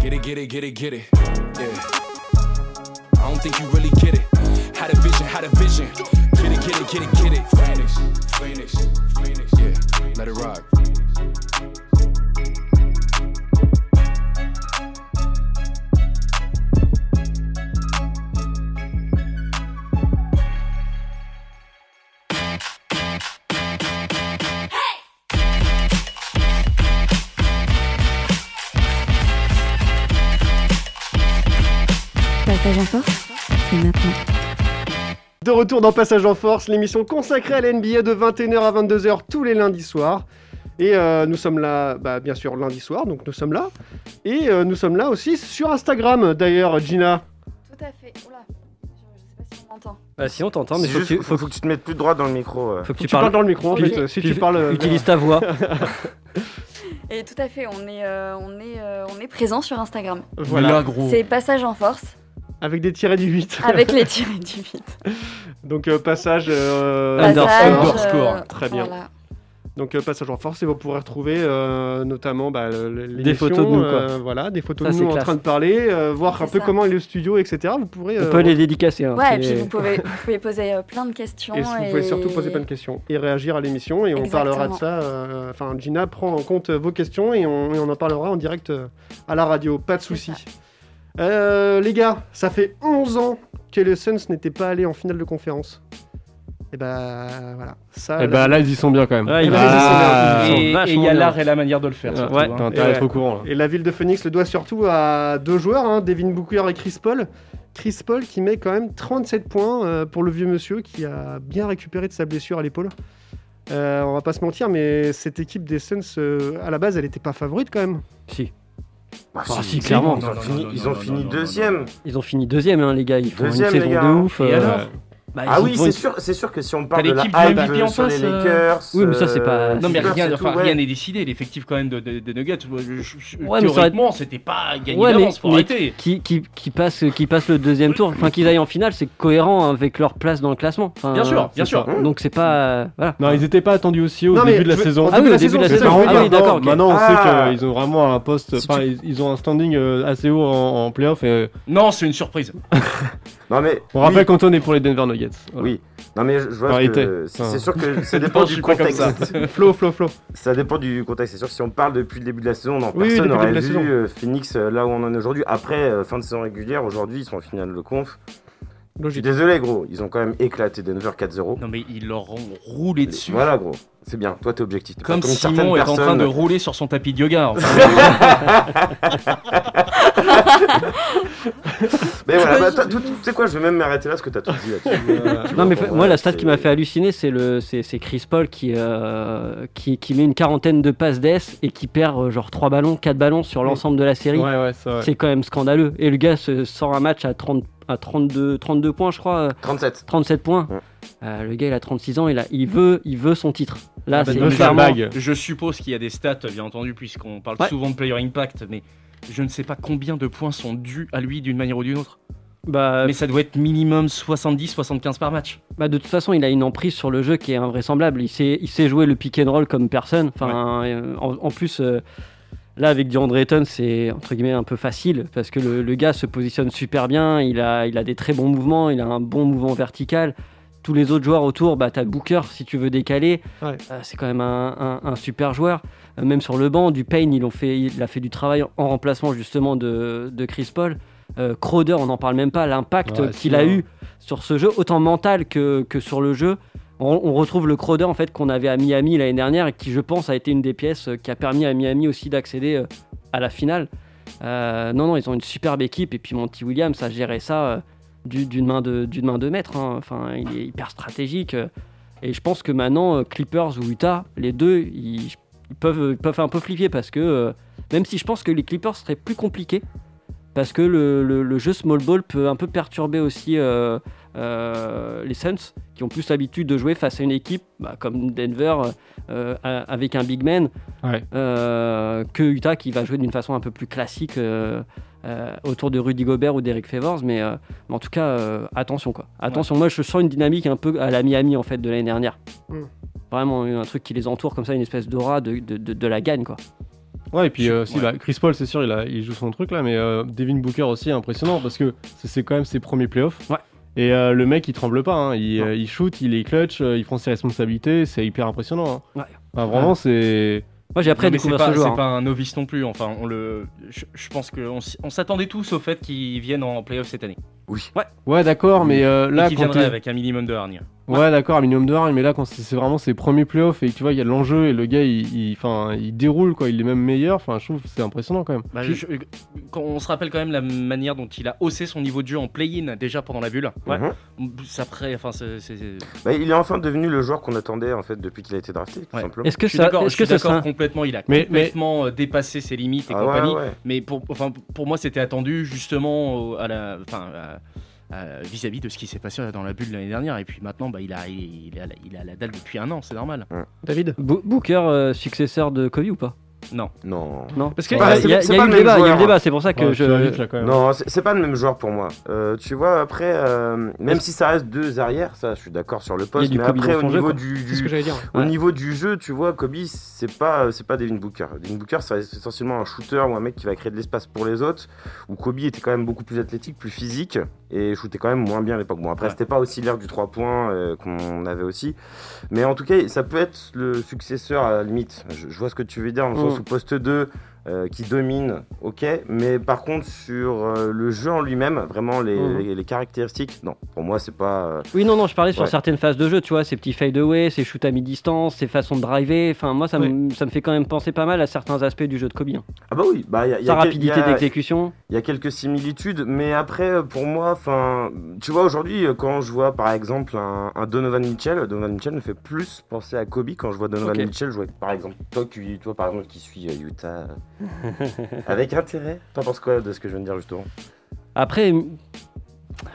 Get it, get it, get it, get it. Yeah. I don't think you really get it. Had a vision, had a vision. Get it, get it, get it, get it. Phoenix, Phoenix, Phoenix. Yeah, let it rock. Passage en force, c'est maintenant. De retour dans Passage en Force, l'émission consacrée à la NBA de 21h à 22h tous les lundis soirs. Et euh, nous sommes là, bah, bien sûr, lundi soir, donc nous sommes là. Et euh, nous sommes là aussi sur Instagram, d'ailleurs, Gina. Tout à fait. Oula, je sais pas si on m'entend. Bah, si on t'entend, mais C'est faut que, juste, tu, faut, faut, faut que tu te mettes plus droit dans le micro. euh. faut que Tu, tu parles parles. dans le micro, en fait. euh, Si tu parles. euh, utilise ta voix. Et tout à fait, on est, euh, on est, euh, on est présent sur Instagram. Voilà. Mais là, gros. C'est Passage en force Avec des tirets du 8. avec les tirés du vide. Donc, euh, passage. euh, Passage, underscore. underscore. Très bien. voilà. Donc euh, passage en force et vous pourrez retrouver euh, notamment bah, le- le- l'émission, Des photos de nous, quoi. euh, voilà, des photos Ça, de c'est nous en classe. train de parler, euh, voir C'est un peu ça. comment est le studio, etc. Vous pourrez On euh, peut les dédicacer. hein, Ouais, et c'est- puis vous pouvez, vous pouvez poser euh, plein de questions. Et vous pouvez surtout poser plein de questions et réagir à l'émission et on parlera de ça. euh, Enfin, Gina prend en compte euh, vos questions et on, et on en parlera en direct euh, à la radio, pas de souci. Euh, les gars, ça fait 11 ans que les Suns n'étaient pas allés en finale de conférence. Et bah voilà, ça. Et là- bah là, ils y sont bien quand même. ils- Ah, ils sont et et il vachement y a bien. l'art et la manière de le faire. Ouais, surtout, hein. T'as intérêt à être Ouais. au courant. là. Et la ville de Phoenix le doit surtout à deux joueurs, hein, Devin Booker et Chris Paul. Chris Paul qui met quand même 37 points euh, pour le vieux monsieur qui a bien récupéré de sa blessure à l'épaule. Euh, on va pas se mentir, mais cette équipe des Suns, euh, à la base, elle était pas favorite quand même. Si. Bah, Ah, si, ils- clairement. Ils Non, ont non, fini, non, ils non, ont non, fini non, deuxième. Ils ont fini deuxième, hein, les gars. Ils font Deuxième, une les saison gars. de ouf. Et alors bah, Ah ils oui, vont- c'est sûr, c'est sûr que si on parle T'as de la l'équipe du hype MVP en euh, sur les face, euh, Lakers, Oui, mais ça, c'est pas- euh, Non mais Clippers rien et n'est tout, ouais. décidé, l'effectif quand même de- de- des Nuggets, je- je- je- Ouais, mais ça aurait- théoriquement c'était pas gagné Ouais, mais- d'avance, faut mais- arrêter. qui, qui, qui passe, qui passe le deuxième tour, enfin qu'ils aillent en finale, c'est cohérent avec leur place dans le classement. Enfin, Bien sûr, bien c'est sûr. ça. Donc c'est pas. euh, voilà. Non, ils n'étaient pas attendus aussi haut Non, au mais début de la je veux- saison. en Ah oui, au début de la C'est c'est saison. ça, marrant, oui, Ah oui, maintenant, d'accord. ok. Maintenant, on Ah. sait qu'ils ont vraiment un poste. Si Enfin, tu- ils, ils ont un standing euh, assez haut en, en playoff. Et, euh, Non, c'est une surprise. Non mais on rappelle qu'on est pour les Denver Nuggets. Voilà. Oui, non mais je, je vois Enfin, ce il que- était. c'est- Enfin. C'est sûr que ça dépend je du suis pas comme contexte. ça. Ça. Flo, Flo, Flo. dépend du contexte. C'est sûr que si on parle depuis le début de la saison, non, Oui, oui, personne depuis le n'aurait début de la vu saison. euh, Phoenix euh, là où on en est aujourd'hui. Après euh, fin de saison régulière, aujourd'hui ils sont en finale de conf. Je suis Logique. désolé gros, ils ont quand même éclaté Denver 4-0. Non mais ils leur ont roulé dessus. Voilà gros, c'est bien. Toi t'es objectif. T'es pas Comme certaines Simon est en train personnes. de rouler sur son tapis de yoga. enfin. Mais voilà, bah, toi, tout- tu sais quoi, je vais même m'arrêter là parce que t'as tout dit là-dessus. Tu Non vois, mais bon, fa- moi voilà, la stat Euh, c'est- qui m'a fait halluciner c'est le c'est c'est Chris Paul qui, euh, qui qui met une quarantaine de passes d'ess et qui perd euh, genre 3 ballons, 4 ballons sur l'ensemble de la série. Ouais, ouais, ça, ouais. C'est quand même scandaleux et le gars se sort un match à 30 à 32 32 points je crois, euh, 37. 37 points. Ouais. Euh, le gars il a 36 ans, il a il veut il veut son titre. Là Ah, Bah, c'est donne la clairement- bague. Je suppose qu'il y a des stats, bien entendu, puisqu'on parle Ouais. souvent de player impact, mais je ne sais pas combien de points sont dus à lui d'une manière ou d'une autre. bah, Mais ça doit être minimum 70-75 par match. Bah, de toute façon, il a une emprise sur le jeu qui est invraisemblable. Il sait, il sait jouer le pick and roll comme personne. Enfin, euh, en, en plus, euh, là, avec DeAndre Ayton, c'est entre guillemets un peu facile parce que le, le gars se positionne super bien. Il a, il a des très bons mouvements. Il a un bon mouvement vertical. Tous les autres joueurs autour, bah, t'as Booker si tu veux décaler. Ouais. Euh, c'est quand même un, un- un super joueur. Euh, même sur le banc, du Payne, ils l'ont fait, il a fait du travail en remplacement justement de, de Chris Paul. Euh, Crowder, on n'en parle même pas, l'impact Ouais, qu'il c'est a vrai. eu sur ce jeu, autant mental que, que sur le jeu. On, on retrouve le Crowder en fait qu'on avait à Miami l'année dernière et qui, je pense, a été une des pièces euh, qui a permis à Miami aussi d'accéder euh, à la finale. Euh, non, non, ils ont une superbe équipe et puis Monty Williams a géré ça euh, du- d'une main de d'une main de maître. hein. Enfin, il est hyper stratégique. euh, et je pense que maintenant, euh, Clippers ou Utah, les deux, ils, ils peuvent, ils peuvent un peu flipper parce que, euh, même si je pense que les Clippers seraient plus compliqués, parce que le, le- le jeu small ball peut un peu perturber aussi euh, euh, les Suns, qui ont plus l'habitude de jouer face à une équipe bah, comme Denver euh, euh, avec un big man, Ouais. euh, que Utah qui va jouer d'une façon un peu plus classique. euh, euh, autour de Rudy Gobert ou d'Eric Favors, mais, euh, mais en tout cas, euh, attention quoi. Attention, moi je sens une dynamique un peu à la Miami en fait de l'année dernière. Mm. Vraiment un truc qui les entoure comme ça, une espèce d'aura de, de, de- de la gagne quoi. Ouais, et puis euh, si, Ouais. bah, Chris Paul, c'est sûr, il, a, il joue son truc là, mais euh, Devin Booker aussi, impressionnant parce que c'est- c'est quand même ses premiers playoffs. Ouais. Et euh, le mec, il tremble pas, hein. il, Non. euh, il shoot, il est clutch, euh, il prend ses responsabilités, c'est hyper impressionnant. hein. Ouais. Enfin, vraiment, c'est. Moi j'ai appris à Non, mais c'est découvrir pas, ce joueur. c'est hein. pas un novice non plus. Enfin, on le, je, je pense qu'on on s'attendait tous au fait qu'ils viennent en playoff cette année. Ouais, d'accord, mais Là, euh, là, qu'ils quand viendraient t'es- avec un minimum de hargne. Ouais, d'accord, un minimum de hargne, mais là, quand c'est c'est vraiment ses premiers playoffs et que tu vois, il y a de l'enjeu et le gars, il, il, enfin, il déroule, quoi, il est même meilleur, enfin, je trouve que c'est impressionnant quand même. Bah, Puis- je- quand on se rappelle quand même la manière dont il a haussé son niveau de jeu en play-in déjà pendant la bulle. Ouais. Mhm. Ça pré- enfin, c'est- c'est- Bah, il est enfin devenu le joueur qu'on attendait en fait depuis qu'il a été drafté, tout Ouais. simplement. Est-ce que Je suis ça, d'accord, est-ce je suis que ça d'accord sera- complètement. Il a Mais- mais- complètement euh, dépassé ses limites et Ah ouais, compagnie. ouais. Mais pour, enfin, pour moi, c'était attendu justement au- à la, enfin, à- à- vis-à-vis de ce qui s'est passé dans la bulle l'année dernière. Et puis maintenant, bah, il a, il, il a, la- il a la dalle depuis un an, c'est normal. David Bo- Booker euh, successeur de Kobe ou pas Non. Non. Parce que- qu'il Bah, y, c'est- a- c'est il y a pas eu le le même débat, il y a eu joueur. le débat, c'est pour ça que Ouais, tu vas vite, je. là, quand même. Non, c'est c'est pas le même joueur pour moi. Euh, tu vois, après, euh, même si ça reste deux arrières, ça, je suis d'accord sur le poste. du Mais Kobe après, dans au son jeu, niveau quoi. du, C'est ce du- que j'allais dire. au Ouais. niveau du jeu, tu vois, Kobe, c'est pas, c'est pas Devin Booker. Devin Booker, c'est essentiellement un shooter ou un mec qui va créer de l'espace pour les autres. Où Kobe était quand même beaucoup plus athlétique, plus physique et shootait quand même moins bien à l'époque. Bon, après, Ouais. c'était pas aussi l'ère du 3 points euh, qu'on avait aussi. Mais en tout cas, ça peut être le successeur à la limite. Je, je vois ce que tu veux dire, dans le sens Mm. où poste 2 euh, qui domine, ok. Mais par contre, sur euh, le jeu en lui-même, vraiment les, Mm. les- les caractéristiques, non, pour moi, c'est pas. euh, Oui, non, non, je parlais sur Ouais. certaines phases de jeu, tu vois, ces petits fadeaways, ces shoots à mi-distance, ces façons de driver. Enfin, moi, ça, me- ça me fait quand même penser pas mal à certains aspects du jeu de Kobe. hein. Ah bah oui, bah, il y a, il y Sa a quel- il y rapidité a- d'exécution. Il y a quelques similitudes, mais après, euh, pour moi, enfin, tu vois, aujourd'hui, euh, quand je vois par exemple un, un Donovan Mitchell, euh, Donovan Mitchell me fait plus penser à Kobe quand je vois Donovan Ok. Mitchell jouer. Par exemple, toi, qui, toi par exemple, qui suis euh, Utah, euh, avec intérêt. T'en penses quoi de ce que je viens de dire justement Après,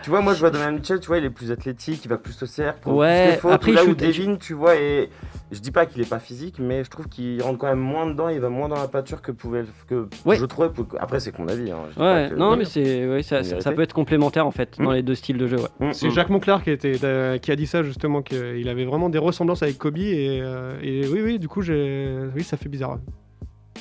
Tu vois, moi, je vois Donovan Mitchell, tu vois, il est plus athlétique, il va plus au cercle, prendre Ouais, plus les fautes. après, là il où shoot- Devin, tu vois, et je dis pas qu'il est pas physique, mais je trouve qu'il rentre quand même moins dedans, il va moins dans la pâture que pouvait, que Ouais. je trouvais. pour- Après, c'est qu'on a dit. Hein, je dis pas ouais, que- non, mais c'est, ouais, ça, En ça- vérité. ça peut être complémentaire en fait Mm. dans les deux styles de jeu. ouais. Mm, C'est mm. Jacques Monclar qui, était, euh, qui a dit ça justement, qu'il avait vraiment des ressemblances avec Kobe. Et, euh, et oui, oui, du coup, j'ai... Oui, ça fait bizarre.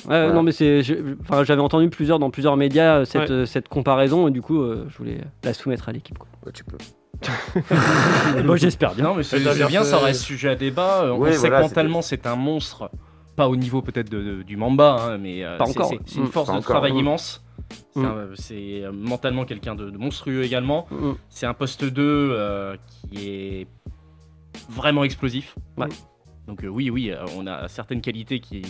Ouais, Non, mais c'est, je- enfin, j'avais entendu plusieurs dans plusieurs médias euh, cette, Ouais. euh, cette comparaison et du coup, euh, je voulais la soumettre à l'équipe. quoi. Ouais, tu peux. Moi, j'espère bien. Non, mais c'est C'est-à-dire c'est bien, que- ça reste sujet à débat. Euh, Ouais, on sait voilà, que mentalement, c'est un monstre. Pas au niveau peut-être de- de- du Mamba, hein, mais euh, Pas c'est- encore. c'est c'est une Mm. force Pas de encore. travail Mm. immense. C'est Mm. un- C'est euh, mentalement quelqu'un de, de monstrueux également. Mm. C'est un poste 2 euh, qui est vraiment explosif. Ouais. Donc euh, oui, oui, euh, on a certaines qualités qui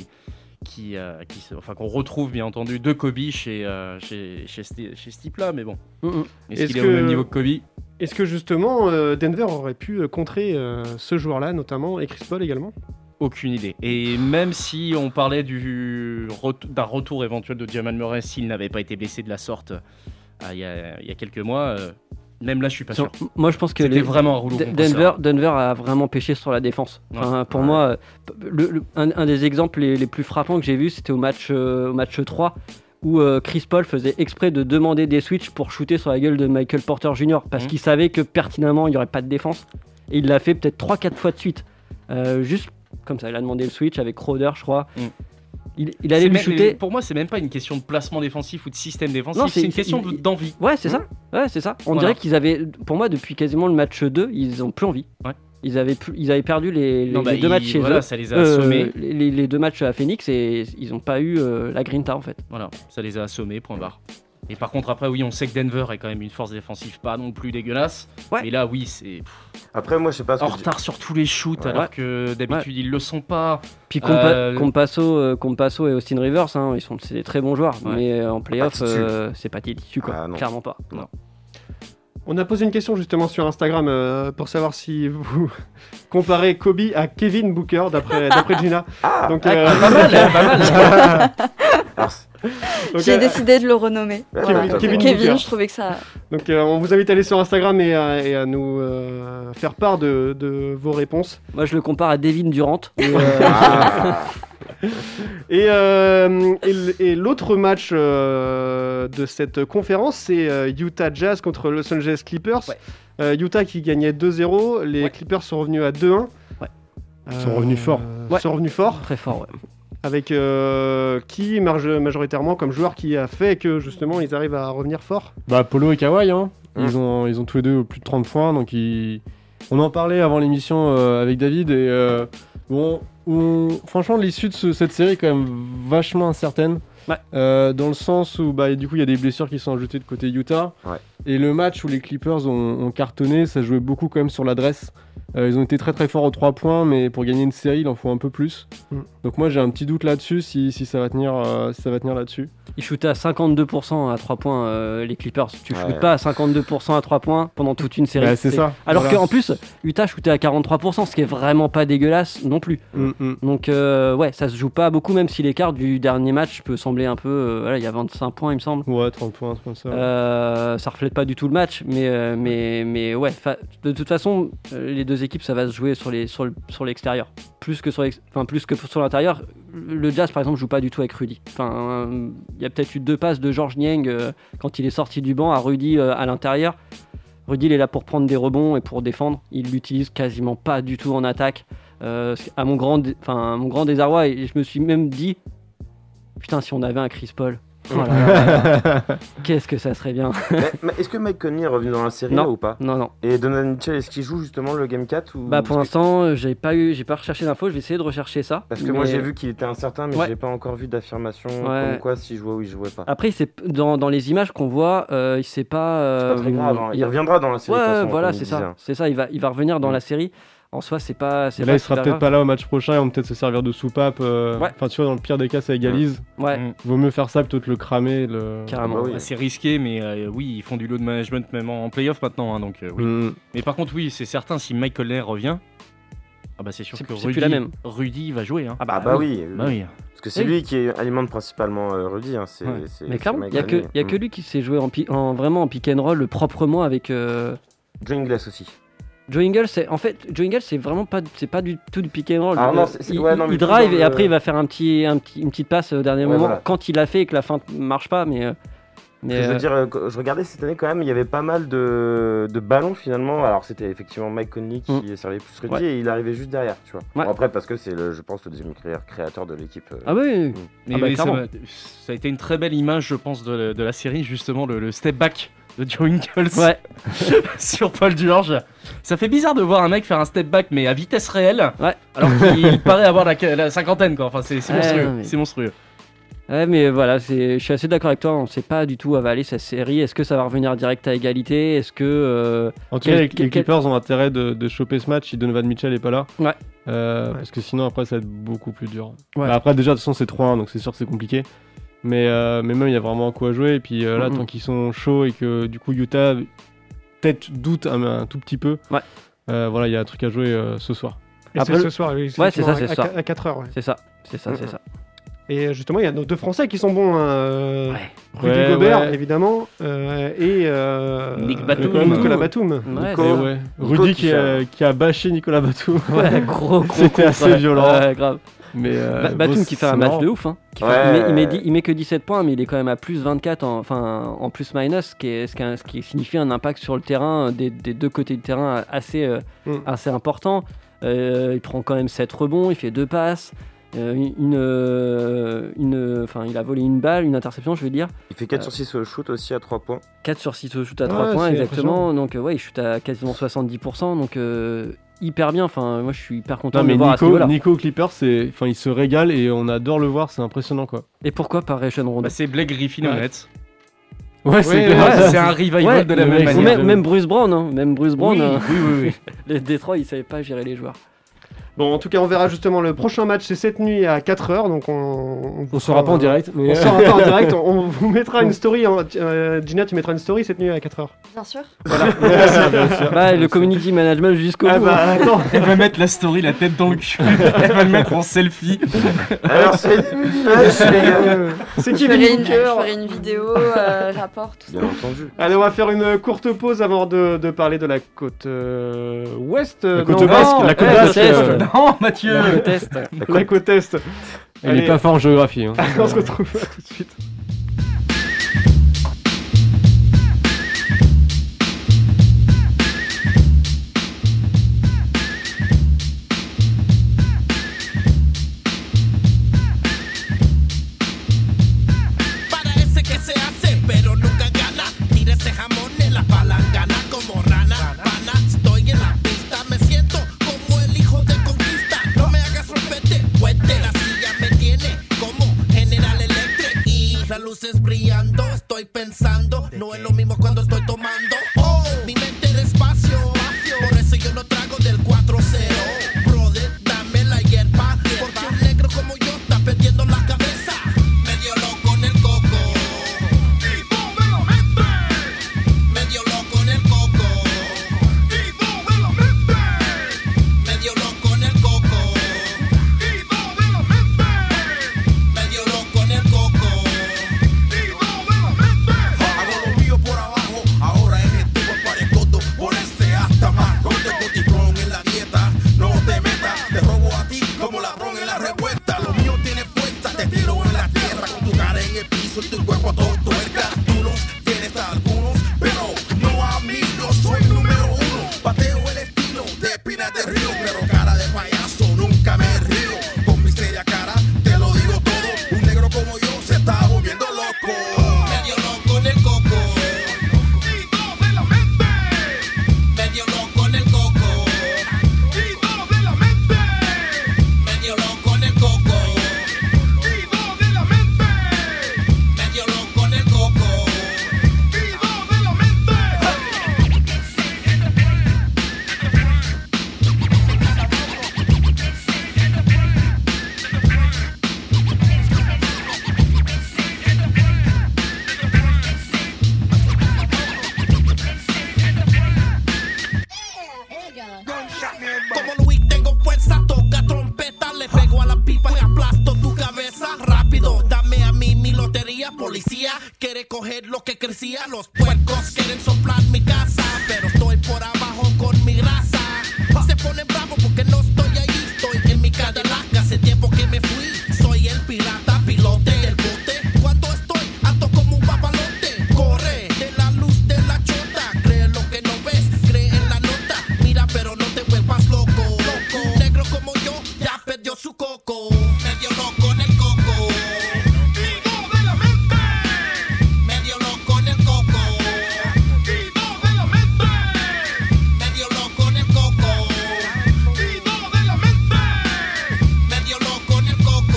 qui, euh, qui se- enfin qu'on retrouve bien entendu de Kobe chez euh, chez, chez, ce- chez ce type-là, mais bon. Mm, mm. Est-ce Est-ce qu'il est que- au même niveau que Kobe Est-ce que justement euh, Denver aurait pu euh, contrer euh, ce joueur-là notamment et Chris Paul également Aucune idée. Et même si on parlait du ret- d'un retour éventuel de Jamal Murray s'il n'avait pas été blessé de la sorte ah, il y, a, il y a quelques mois, euh, même là je suis pas sûr. Donc, Moi, je pense que C'était les- vraiment un rouleau D- compresseur. Denver, Denver a vraiment pêché sur la défense. Ouais. Enfin, pour Ouais. moi, euh, le- le- un, un des exemples les, les plus frappants que j'ai vu, c'était au match, euh, au match 3 où euh, Chris Paul faisait exprès de demander des switches pour shooter sur la gueule de Michael Porter Jr. parce Mhm. qu'il savait que pertinemment il n'y aurait pas de défense. Et il l'a fait peut-être 3-4 fois de suite. Euh, juste comme ça, il a demandé le switch avec Crowder, je crois. Mhm. Il, il allait C'est lui même- shooter. Pour moi, c'est même pas une question de placement défensif ou de système défensif, Non, c'est- c'est une c'est- question il- de- d'envie. Mmh. Ouais, c'est ça. Ouais, c'est ça. On Voilà. dirait qu'ils avaient, pour moi, depuis quasiment le match 2, ils ont plus envie. Ouais. Ils avaient, plus- ils avaient perdu les, les- Non, bah, les deux il- matchs chez voilà, eux. ça les a Euh, assommés. les, les- les deux matchs à Phoenix et ils n'ont pas eu euh, la grinta en fait. Voilà, ça les a assommés, point barre. Et par contre, après, oui, on sait que Denver est quand même une force défensive pas non plus dégueulasse. Ouais. Mais là, oui, c'est Après, moi, je sais pas ce en que tu- retard sur tous les shoots, Ouais. alors que d'habitude, ils le sont pas. Puis Compa- Euh, Compasso, euh, Compasso et Austin Rivers, hein, ils sont c'est des très bons joueurs, Ouais. mais euh, en playoff, Pas titu. euh, c'est pas titu quoi, Ah, non. clairement pas. On a posé une question justement sur Instagram euh, pour savoir si vous comparez Kobe à Kevin Booker d'après d'après Gina. Ah, Donc, euh, Pas mal, pas mal. alors, c'est- donc, J'ai euh, décidé de le renommer. Ouais, Voilà. Kevin- Kevin Booker. je trouvais que ça. donc, euh, on vous invite à aller sur Instagram et à, et à nous euh, faire part de, de vos réponses. Moi je le compare à Devin Durant. Et, euh, ah, Et, euh, et l- et l'autre match euh, de cette conférence, c'est euh, Utah Jazz contre Los Angeles Clippers. Ouais. Euh, Utah qui gagnait 2-0, les Ouais. Clippers sont revenus à 2-1. Ouais. Euh, sont revenus fort. Ouais. sont revenus fort Très fort, ouais. avec euh, qui marge- majoritairement comme joueur qui a fait que justement ils arrivent à revenir fort. Bah, Polo et Kawhi, hein. Mm. Ils, ont, ils ont tous les deux plus de 30 points, donc ils- on en parlait avant l'émission euh, avec David. Et euh, bon, on- franchement, l'issue de ce- cette série est quand même vachement incertaine. Ouais. Euh, dans le sens où, bah, du coup, il y a des blessures qui sont ajoutées de côté Utah. Ouais. Et le match où les Clippers ont, ont cartonné, ça jouait beaucoup quand même sur l'adresse. Euh, ils ont été très très forts aux 3 points, mais pour gagner une série, il en faut un peu plus. Mm. Donc, moi, j'ai un petit doute là-dessus si, si ça va tenir, euh, si ça va tenir là-dessus. Ils shootaient à 52% à 3 points euh, les Clippers. Tu Ouais. shootes pas à 52% à 3 points pendant toute une série. Bah, c'est ça. Alors Voilà. qu'en plus, Utah shootait à 43%, ce qui est vraiment pas dégueulasse non plus. Mm, mm. Donc euh, ouais, ça se joue pas beaucoup, même si l'écart du dernier match peut semblait un peu. euh, voilà, il y a 25 points, il me semble. Ouais, 30 points, un truc comme ça. Euh, ça reflète pas du tout le match, mais, euh, mais, mais ouais, fa- de toute façon, euh, les deux équipes, ça va se jouer sur les- sur le- sur l'extérieur. Plus que sur l'ex- enfin, plus que sur l'intérieur, le Jazz, par exemple, joue pas du tout avec Rudy. Enfin, euh, il y a peut-être eu deux passes de Georges Niang euh, quand il est sorti du banc à Rudy euh, à l'intérieur. Rudy, il est là pour prendre des rebonds et pour défendre. Il l'utilise quasiment pas du tout en attaque. Euh, à, mon grand, dé- enfin, à mon grand désarroi, et je me suis même dit Putain, si on avait un Chris Paul. Oh là là là là. Qu'est-ce que ça serait bien Mais- mais Est-ce que Mike Conley est revenu dans la série Non. là, ou pas Non, non. Et Donovan Mitchell, est-ce qu'il joue justement le Game 4 ou... Bah pour parce que- l'instant, euh, j'ai pas eu, j'ai pas recherché d'infos. Je vais essayer de rechercher ça. Parce que moi mais- j'ai vu qu'il était incertain, mais Ouais. j'ai pas encore vu d'affirmation Ouais. comme quoi s'il jouait ou il jouait pas. Après, c'est dans, dans les images qu'on voit, euh, il sait pas. C'est pas euh, très grave, hein. il il- reviendra dans la série. de Ouais, toute façon, voilà, comme il c'est disait, ça, hein. c'est ça. Il va, il va revenir dans Mm. la série. En soi, c'est pas, c'est Et pas là, il sera super peut-être grave. pas là au match prochain, ils vont peut-être se servir de soupape. euh, Ouais. Enfin, tu vois, dans le pire des cas, ça égalise. Ouais, Mm. Vaut mieux faire ça plutôt que le cramer. Le... carrément. Ah bah oui. C'est risqué, mais euh, oui, ils font du lot de management même en, en playoff maintenant. hein, donc, euh, oui. Mm. Mais par contre, oui, c'est certain, si Mike Conley revient, ah bah c'est sûr C'est- que c'est plus Rudy, la même. Rudy va jouer. hein. Ah bah, Ah bah oui, Bah oui. parce que c'est Oui. lui qui alimente principalement euh, Rudy. hein, c'est- Ouais. c'est- Mm. Mais c'est clairement, Mike il y a que, Conley. il y a que lui qui s'est joué en, pi- en- vraiment en pick and roll proprement avec. euh, Mm. Joe Ingles aussi. Joe Ingles, c'est en fait Joe Ingles, c'est vraiment pas, c'est pas du tout du pick and roll. Ah non, Euh, c'est- c'est- il, ouais, non, il mais plus drive dans et le- après il va faire un petit, un petit, une petite passe au dernier Ouais, moment voilà. quand il l'a fait et que la fin marche pas. Mais, euh, mais je euh, veux dire, euh, que- je regardais cette année quand même, il y avait pas mal de, de ballons finalement. Alors c'était effectivement Mike Conley qui servait plus Rudy Mm. Ouais. et il arrivait juste derrière, tu vois. Ouais. Bon, après parce que c'est le, je pense le deuxième cré- créateur de l'équipe. euh, ah Mm. oui, Mais Ah bah, oui, ça, clairement. m'a- ça a été une très belle image, je pense, de, la- de la série, justement, le, le step back de Joe Ingles ouais. sur Paul George. Ça fait bizarre de voir un mec faire un step back, mais à vitesse réelle, Ouais. alors qu'il paraît avoir la, la cinquantaine, quoi. Enfin, c'est c'est Ouais, monstrueux. non, mais- C'est monstrueux. Ouais, mais voilà, c'est, je suis assez d'accord avec toi. On ne sait pas du tout avaler cette série. Est-ce que ça va revenir direct à égalité Est-ce que euh, En tout Quel- cas, les, quel- les Clippers ont intérêt de, de choper ce match si Donovan Mitchell est pas là. Ouais. Euh, Parce que sinon, après, ça va être beaucoup plus dur. Ouais. Bah, après, déjà, de toute façon, c'est 3-1, donc c'est sûr que c'est compliqué. Mais, euh, mais même, il y a vraiment quoi jouer. Et puis euh, là, Mhm. tant qu'ils sont chauds et que du coup, Utah, peut-être doute un, un tout petit peu. Ouais. Euh, voilà, il y a un truc à jouer euh, ce soir. Et Après c'est le- ce soir, oui, Ouais, c'est ça, effectivement, c'est à- ce à soir. qu- À 4h. c'est ça, c'est ça, c'est ça. Et euh, justement, il y a nos deux Français qui sont bons. hein, euh, Ouais. Rudy Ouais, Gobert, ouais. évidemment, euh, et euh, Nick le- Batum. Nicolas Batum. Ouais, Nico. Et c'est ça. Eh ouais, Nico Rudy qui qui, a, fait- qui a bâché Nicolas Batum. Ouais, gros, gros. C'était coup, assez ouais. violent. Ouais, grave. mais, euh, Ba- bon, Batum qui c'est fait un match marrant. de ouf. hein. Qui fait- Ouais. il, met, il met dix- il met que 17 points, mais il est quand même à plus 24, en, enfin en plus minus, ce qui, est- ce, qui est- ce qui signifie un impact sur le terrain euh, des, des deux côtés du terrain assez, euh, Mm. assez important. Euh, il prend quand même 7 rebonds, il fait deux passes. euh, une, euh, une, enfin, il a volé une balle, une interception, je veux dire. Il fait 4 sur 6 au shoot aussi à 3 points. 4 sur 6 shoot à Ouais, 3 points, c'est exactement. Donc, euh, ouais, il shoot à quasiment 70%. Donc, euh, hyper bien. Enfin, moi, je suis hyper content Non, de le mais voir à ce Nico, niveau-là. Nico Clipper, c'est, enfin, il se régale et on adore le voir, c'est impressionnant quoi. Et pourquoi pas Rayshon Rondo Bah, c'est Blake Griffin, Ouais. honnête. Ouais, Ouais, c'est ouais, clair. c'est un revival Ouais, de la le même mec, Ou c'est manière. même, même Bruce Brown, hein. même Bruce Brown, Oui, hein. oui, oui, oui. les Détroit, ils savaient Oh, pas gérer les joueurs. Bon, en tout cas, on verra justement le prochain match, c'est cette nuit à 4h, donc on... On, On saura pas en direct. Mais... On saura pas en direct, on, on vous mettra une story. en- euh, Gina, tu mettras une story cette nuit à 4h. Bien sûr. Bah, le community management jusqu'au bout. hein. Ah attends bah, Elle va mettre la story la tête dans le cul. Elle va le mettre en selfie. Alors c'est euh, C'est Je qui ferai Vinny une, je Booker ferai une vidéo, euh, rapport, tout ça. bien entendu. Allez, on va faire une courte pause avant de, de parler de la côte euh, ouest. euh, côte non, basque, non, la côte eh, basque, est, euh, Non, Mathieu Le test. La côte est. Il est Allez. pas fort en géographie. hein. on se retrouve à tout de suite. Para ese que se hace, pero nunca gana. Tira ese jamón en la palangana como rana. Pana, estoy en la pista, me siento como el hijo de conquista. No me hagas romperte, puente la silla me tiene como General Electric. Y las luces brillando, estoy pensando. No es lo mismo cuando estoy tomando. Oh, mi mente despacio. Por eso yo no trago del 4-0. Brother, dame la hierba. Porque un negro como yo está perdiendo la cabeza. Medio loco en el coco. Medio loco en el coco. Medio loco en el coco. Medio loco en el coco. lo que crecía. Los puercos quieren soplar mi casa, pero estoy por abajo con mi grasa. Se ponen bravo porque no estoy ahí, estoy en mi Cadillac. Hace tiempo que me fui, soy el pirata pilote del bote. Cuando estoy alto como un papalote, corre de la luz de la chota. Cree lo que no ves, cree en la nota. Mira, pero no te vuelvas loco. loco. Negro como yo, ya perdió su coco. Medio loco en el coco. Vivo de la mente. Medio loco en el coco. Vivo de la mente. Medio loco en el coco. Vivo de la mente. Medio loco en el coco.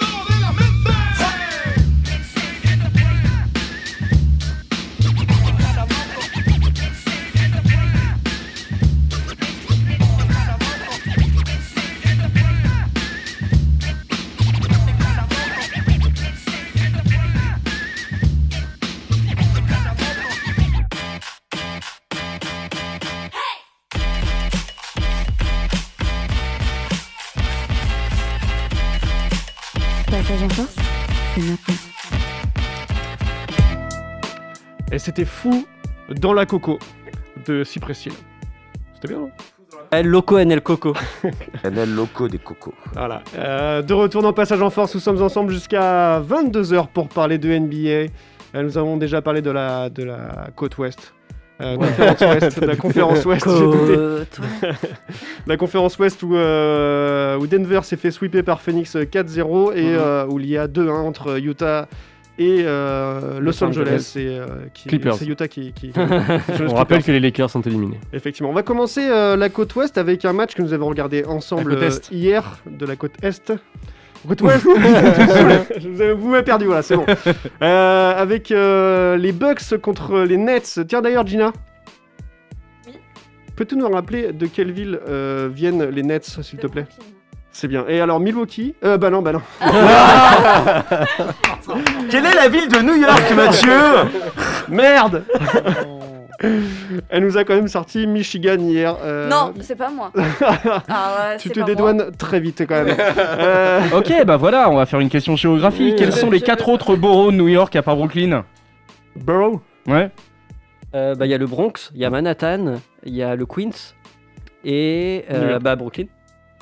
Vivo de la mente. Passage en force, c'est maintenant. Et c'était fou dans la coco de Cypress Hill. C'était bien, hein. non El Loco NL Coco. NL Loco des cocos. Ah. Voilà. Euh, de retour dans Passage en Force, nous sommes ensemble jusqu'à 22h pour parler de NBA. Euh, nous avons déjà parlé de la, de la côte ouest. Euh, conférence ouest, de la conférence ouest, euh, j'ai douté. La conférence ouest où, euh, où Denver s'est fait sweeper par Phoenix 4-0 et Mhm. euh, où il y a 2-1 entre Utah et euh, Los, Los Angeles. Angeles. Et, euh, qui- Clippers. C'est Utah qui. qui- qui- On rappelle que les Lakers sont éliminés. Effectivement. On va commencer euh, la côte ouest avec un match que nous avons regardé ensemble La côte euh, est. hier de la côte est. Côte ouest Je Vous avez- vous m'avez perdu, voilà, c'est bon. Euh, avec euh, les Bucks contre les Nets. Tiens d'ailleurs, Gina. Peux-tu nous rappeler de quelle ville euh, viennent les Nets, s'il te plaît C'est bien. Et alors, Milwaukee Euh, bah non, bah non. Quelle est la ville de New York, Mathieu Merde Elle nous a quand même sorti Michigan hier. euh, Non, c'est pas moi. Ah ouais, Tu c'est te pas moi. dédouanes très vite quand même. Euh, Ok, bah voilà, on va faire une question géographique. Quels sont les quatre autres boroughs de New York à part Brooklyn Borough Ouais. Euh, bah, Il y a le Bronx, il y a Manhattan, il y a le Queens et euh, New York. bah, Brooklyn.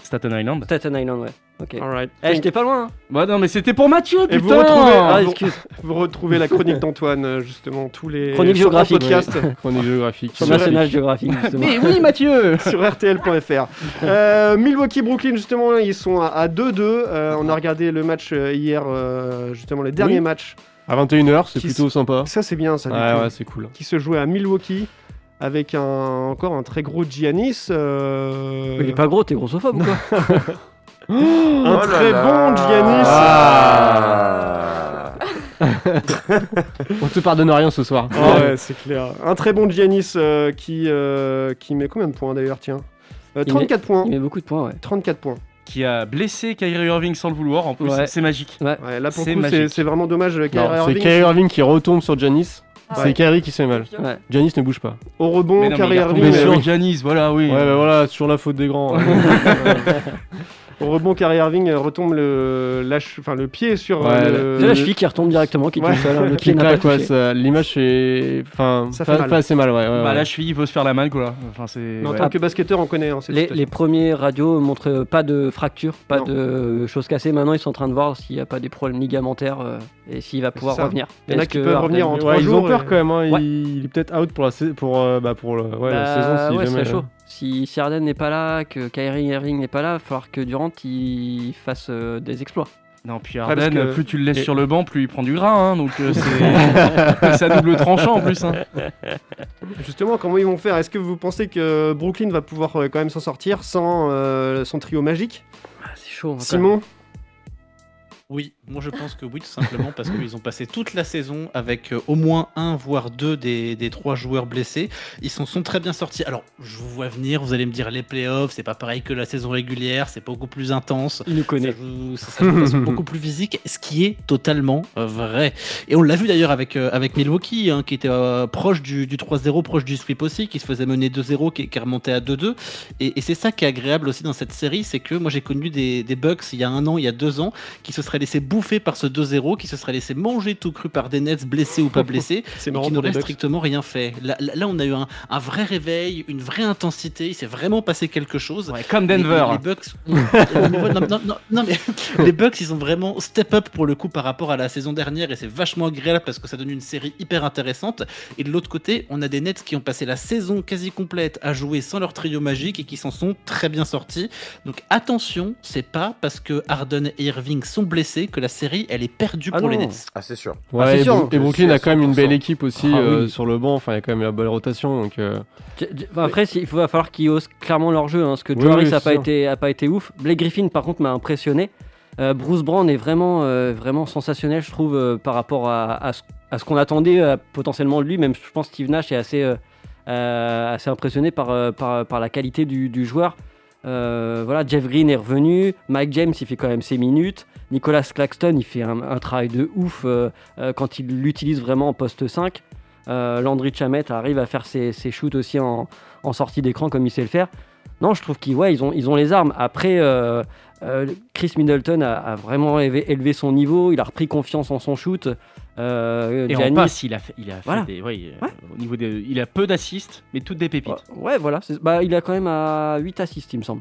Staten Island. Staten Island, ouais. Ok. Alright. Eh, j'étais pas loin. hein. Bah non, mais c'était pour Mathieu, putain Et vous retrouvez, Ah, vous- excuse. vous retrouvez la chronique d'Antoine, euh, justement, tous les Chronique sur géographique. un podcast Chronique géographique. Sur National Geographic, justement. Mais oui, Mathieu sur RTL.fr. Euh, Milwaukee, Brooklyn, justement, ils sont à- à 2-2. Euh, on a regardé le match euh, hier, euh, justement, le dernier Oui. match. À 21h, c'est Qui plutôt sympa. Ça, c'est bien, ça. du Ouais, coup. ouais, c'est cool. Qui se jouait à Milwaukee avec un, encore un très gros Giannis. euh, Il est pas gros, t'es grossophobe ou quoi un Oh là très là. bon Giannis. Ah. On te pardonne rien ce soir. Ah ouais, c'est clair. Un très bon Giannis euh, qui, euh, qui met combien de points d'ailleurs, tiens Euh, Il met- 34 points. Il met beaucoup de points, ouais. 34 points. Qui a blessé Kyrie Irving sans le vouloir, en plus, Ouais. c'est magique. Ouais, là pour C'est le coup, c'est magique. c'est vraiment dommage. euh, Kyrie Non, C'est Irving, Kyrie Irving qui retombe sur Janis. Ah C'est ouais. Kyrie qui se fait mal. Ouais. Janis ne bouge pas. Au rebond, Mais non, mais Kyrie il est Irving. retombé euh, euh, mais sur oui. Giannis, voilà, oui. Ouais, bah voilà, sur la faute des grands. Au rebond, Kyrie Irving euh, retombe le, la che- enfin, le pied sur. Ouais, euh, C'est le- la cheville qui retombe directement, qui est Ouais. tout seul. hein, le Qui pied n'a pas claque, ouais, touché. ça- L'image est. Enfin, Ça fait pas, mal. pas assez mal, ouais. ouais, Bah, ouais. la cheville, il veut se faire la main, quoi. Enfin, c'est. Mais En ouais. tant que basketteur, on connaît. hein, cette Les, situation. les premiers radios montrent euh, pas de fracture, pas Non. de euh, choses cassées. Maintenant, ils sont en train de voir s'il n'y a pas des problèmes ligamentaires euh, et s'il va pouvoir ça. revenir. Il y en a Est-ce qui que peuvent Harden- revenir en Ouais, trois ils jours euh. ont peur et- quand même, hein, Ouais. il, il est peut-être out pour la, sa- pour, euh, bah, pour le- ouais, la Bah, saison. Si ouais, jamais, c'est chaud. Si, si Harden n'est pas là, que Kyrie Irving n'est pas là, il va falloir que Durant il fasse euh, des exploits. Non, puis parce Harden, euh, que- plus tu le laisses Et- sur le banc, plus il prend du gras, hein, donc euh, c'est. c'est à double tranchant en plus, hein. Justement, comment ils vont faire Est-ce que vous pensez que Brooklyn va pouvoir euh, quand même s'en sortir sans euh, son trio magique Ah, c'est chaud. hein, Simon Oui, moi je pense que oui, tout simplement parce qu'ils ont passé toute la saison avec euh, au moins un, voire deux des, des trois joueurs blessés. Ils s'en sont très bien sortis. Alors, je vous vois venir, vous allez me dire les playoffs, c'est pas pareil que la saison régulière, c'est beaucoup plus intense. Il nous Ça connaît. joue, ça- ça joue de façon beaucoup plus physique, ce qui est totalement euh, vrai. Et on l'a vu d'ailleurs avec, euh, avec Milwaukee, hein, qui était euh, proche du, du 3-0, proche du sweep aussi, qui se faisait mener 2-0, qui, qui remontait à 2-2. Et, et c'est ça qui est agréable aussi dans cette série, c'est que moi j'ai connu des, des Bucks il y a un an, il y a deux ans, qui se seraient laissé bouffer par ce 2-0, qui se serait laissé manger tout cru par des nets, blessé ou pas blessé, C'est et marrant qui pour les n'aurait Bucks. strictement rien fait. Là, là- là, on a eu un, un vrai réveil, une vraie intensité, il s'est vraiment passé quelque chose. comme Les- Denver. Les, les Bucks. ont- au niveau- non, non, non, non, mais les Bucks, ils ont vraiment step up pour le coup par rapport à la saison dernière et c'est vachement agréable parce que ça donne une série hyper intéressante. Et de l'autre côté, on a des Nets qui ont passé la saison quasi complète à jouer sans leur trio magique et qui s'en sont très bien sortis. Donc attention, c'est pas parce que Harden et Irving sont blessés que la série elle est perdue Ah pour les non. Nets. Ah, c'est sûr. Ouais, Ah, c'est et, sûr, Bru- et je Brooklyn suis à a quand même une 100%. belle équipe aussi Ah euh, oui. sur le banc. Enfin, il y a quand même la bonne rotation. Donc, euh, J- j- enfin, Après, si- il faut- va falloir qu'ils osent clairement leur jeu, hein, parce que Oui, Joris oui, n'a c'est pas sûr. été, a pas été ouf. Blake Griffin, par contre, m'a impressionné. Euh, Bruce Brown est vraiment, euh, vraiment sensationnel, je trouve, euh, par rapport à, à ce, à ce qu'on attendait euh, potentiellement de lui. Même, je pense, Steve Nash est assez, euh, euh, assez impressionné par, euh, par, par la qualité du, du joueur. Euh, voilà, Jeff Green est revenu, Mike James il fait quand même ses minutes, Nicolas Claxton il fait un, un travail de ouf euh, euh, quand il l'utilise vraiment en poste 5. Euh, Landry Chamet arrive à faire ses, ses shoots aussi en, en sortie d'écran comme il sait le faire. Non, je trouve qu'ils ouais, ils ont, ils ont les armes. Après, euh, euh, Chris Middleton a, a vraiment élevé, élevé son niveau, il a repris confiance en son shoot. Euh, Et en Giannis- passe, il a fait, il a fait Voilà. des, ouais, euh, Ouais. au niveau des, il a peu d'assists, mais toutes des pépites. Ouais, voilà. c'est- Bah, il a quand même à 8 assists, il me semble.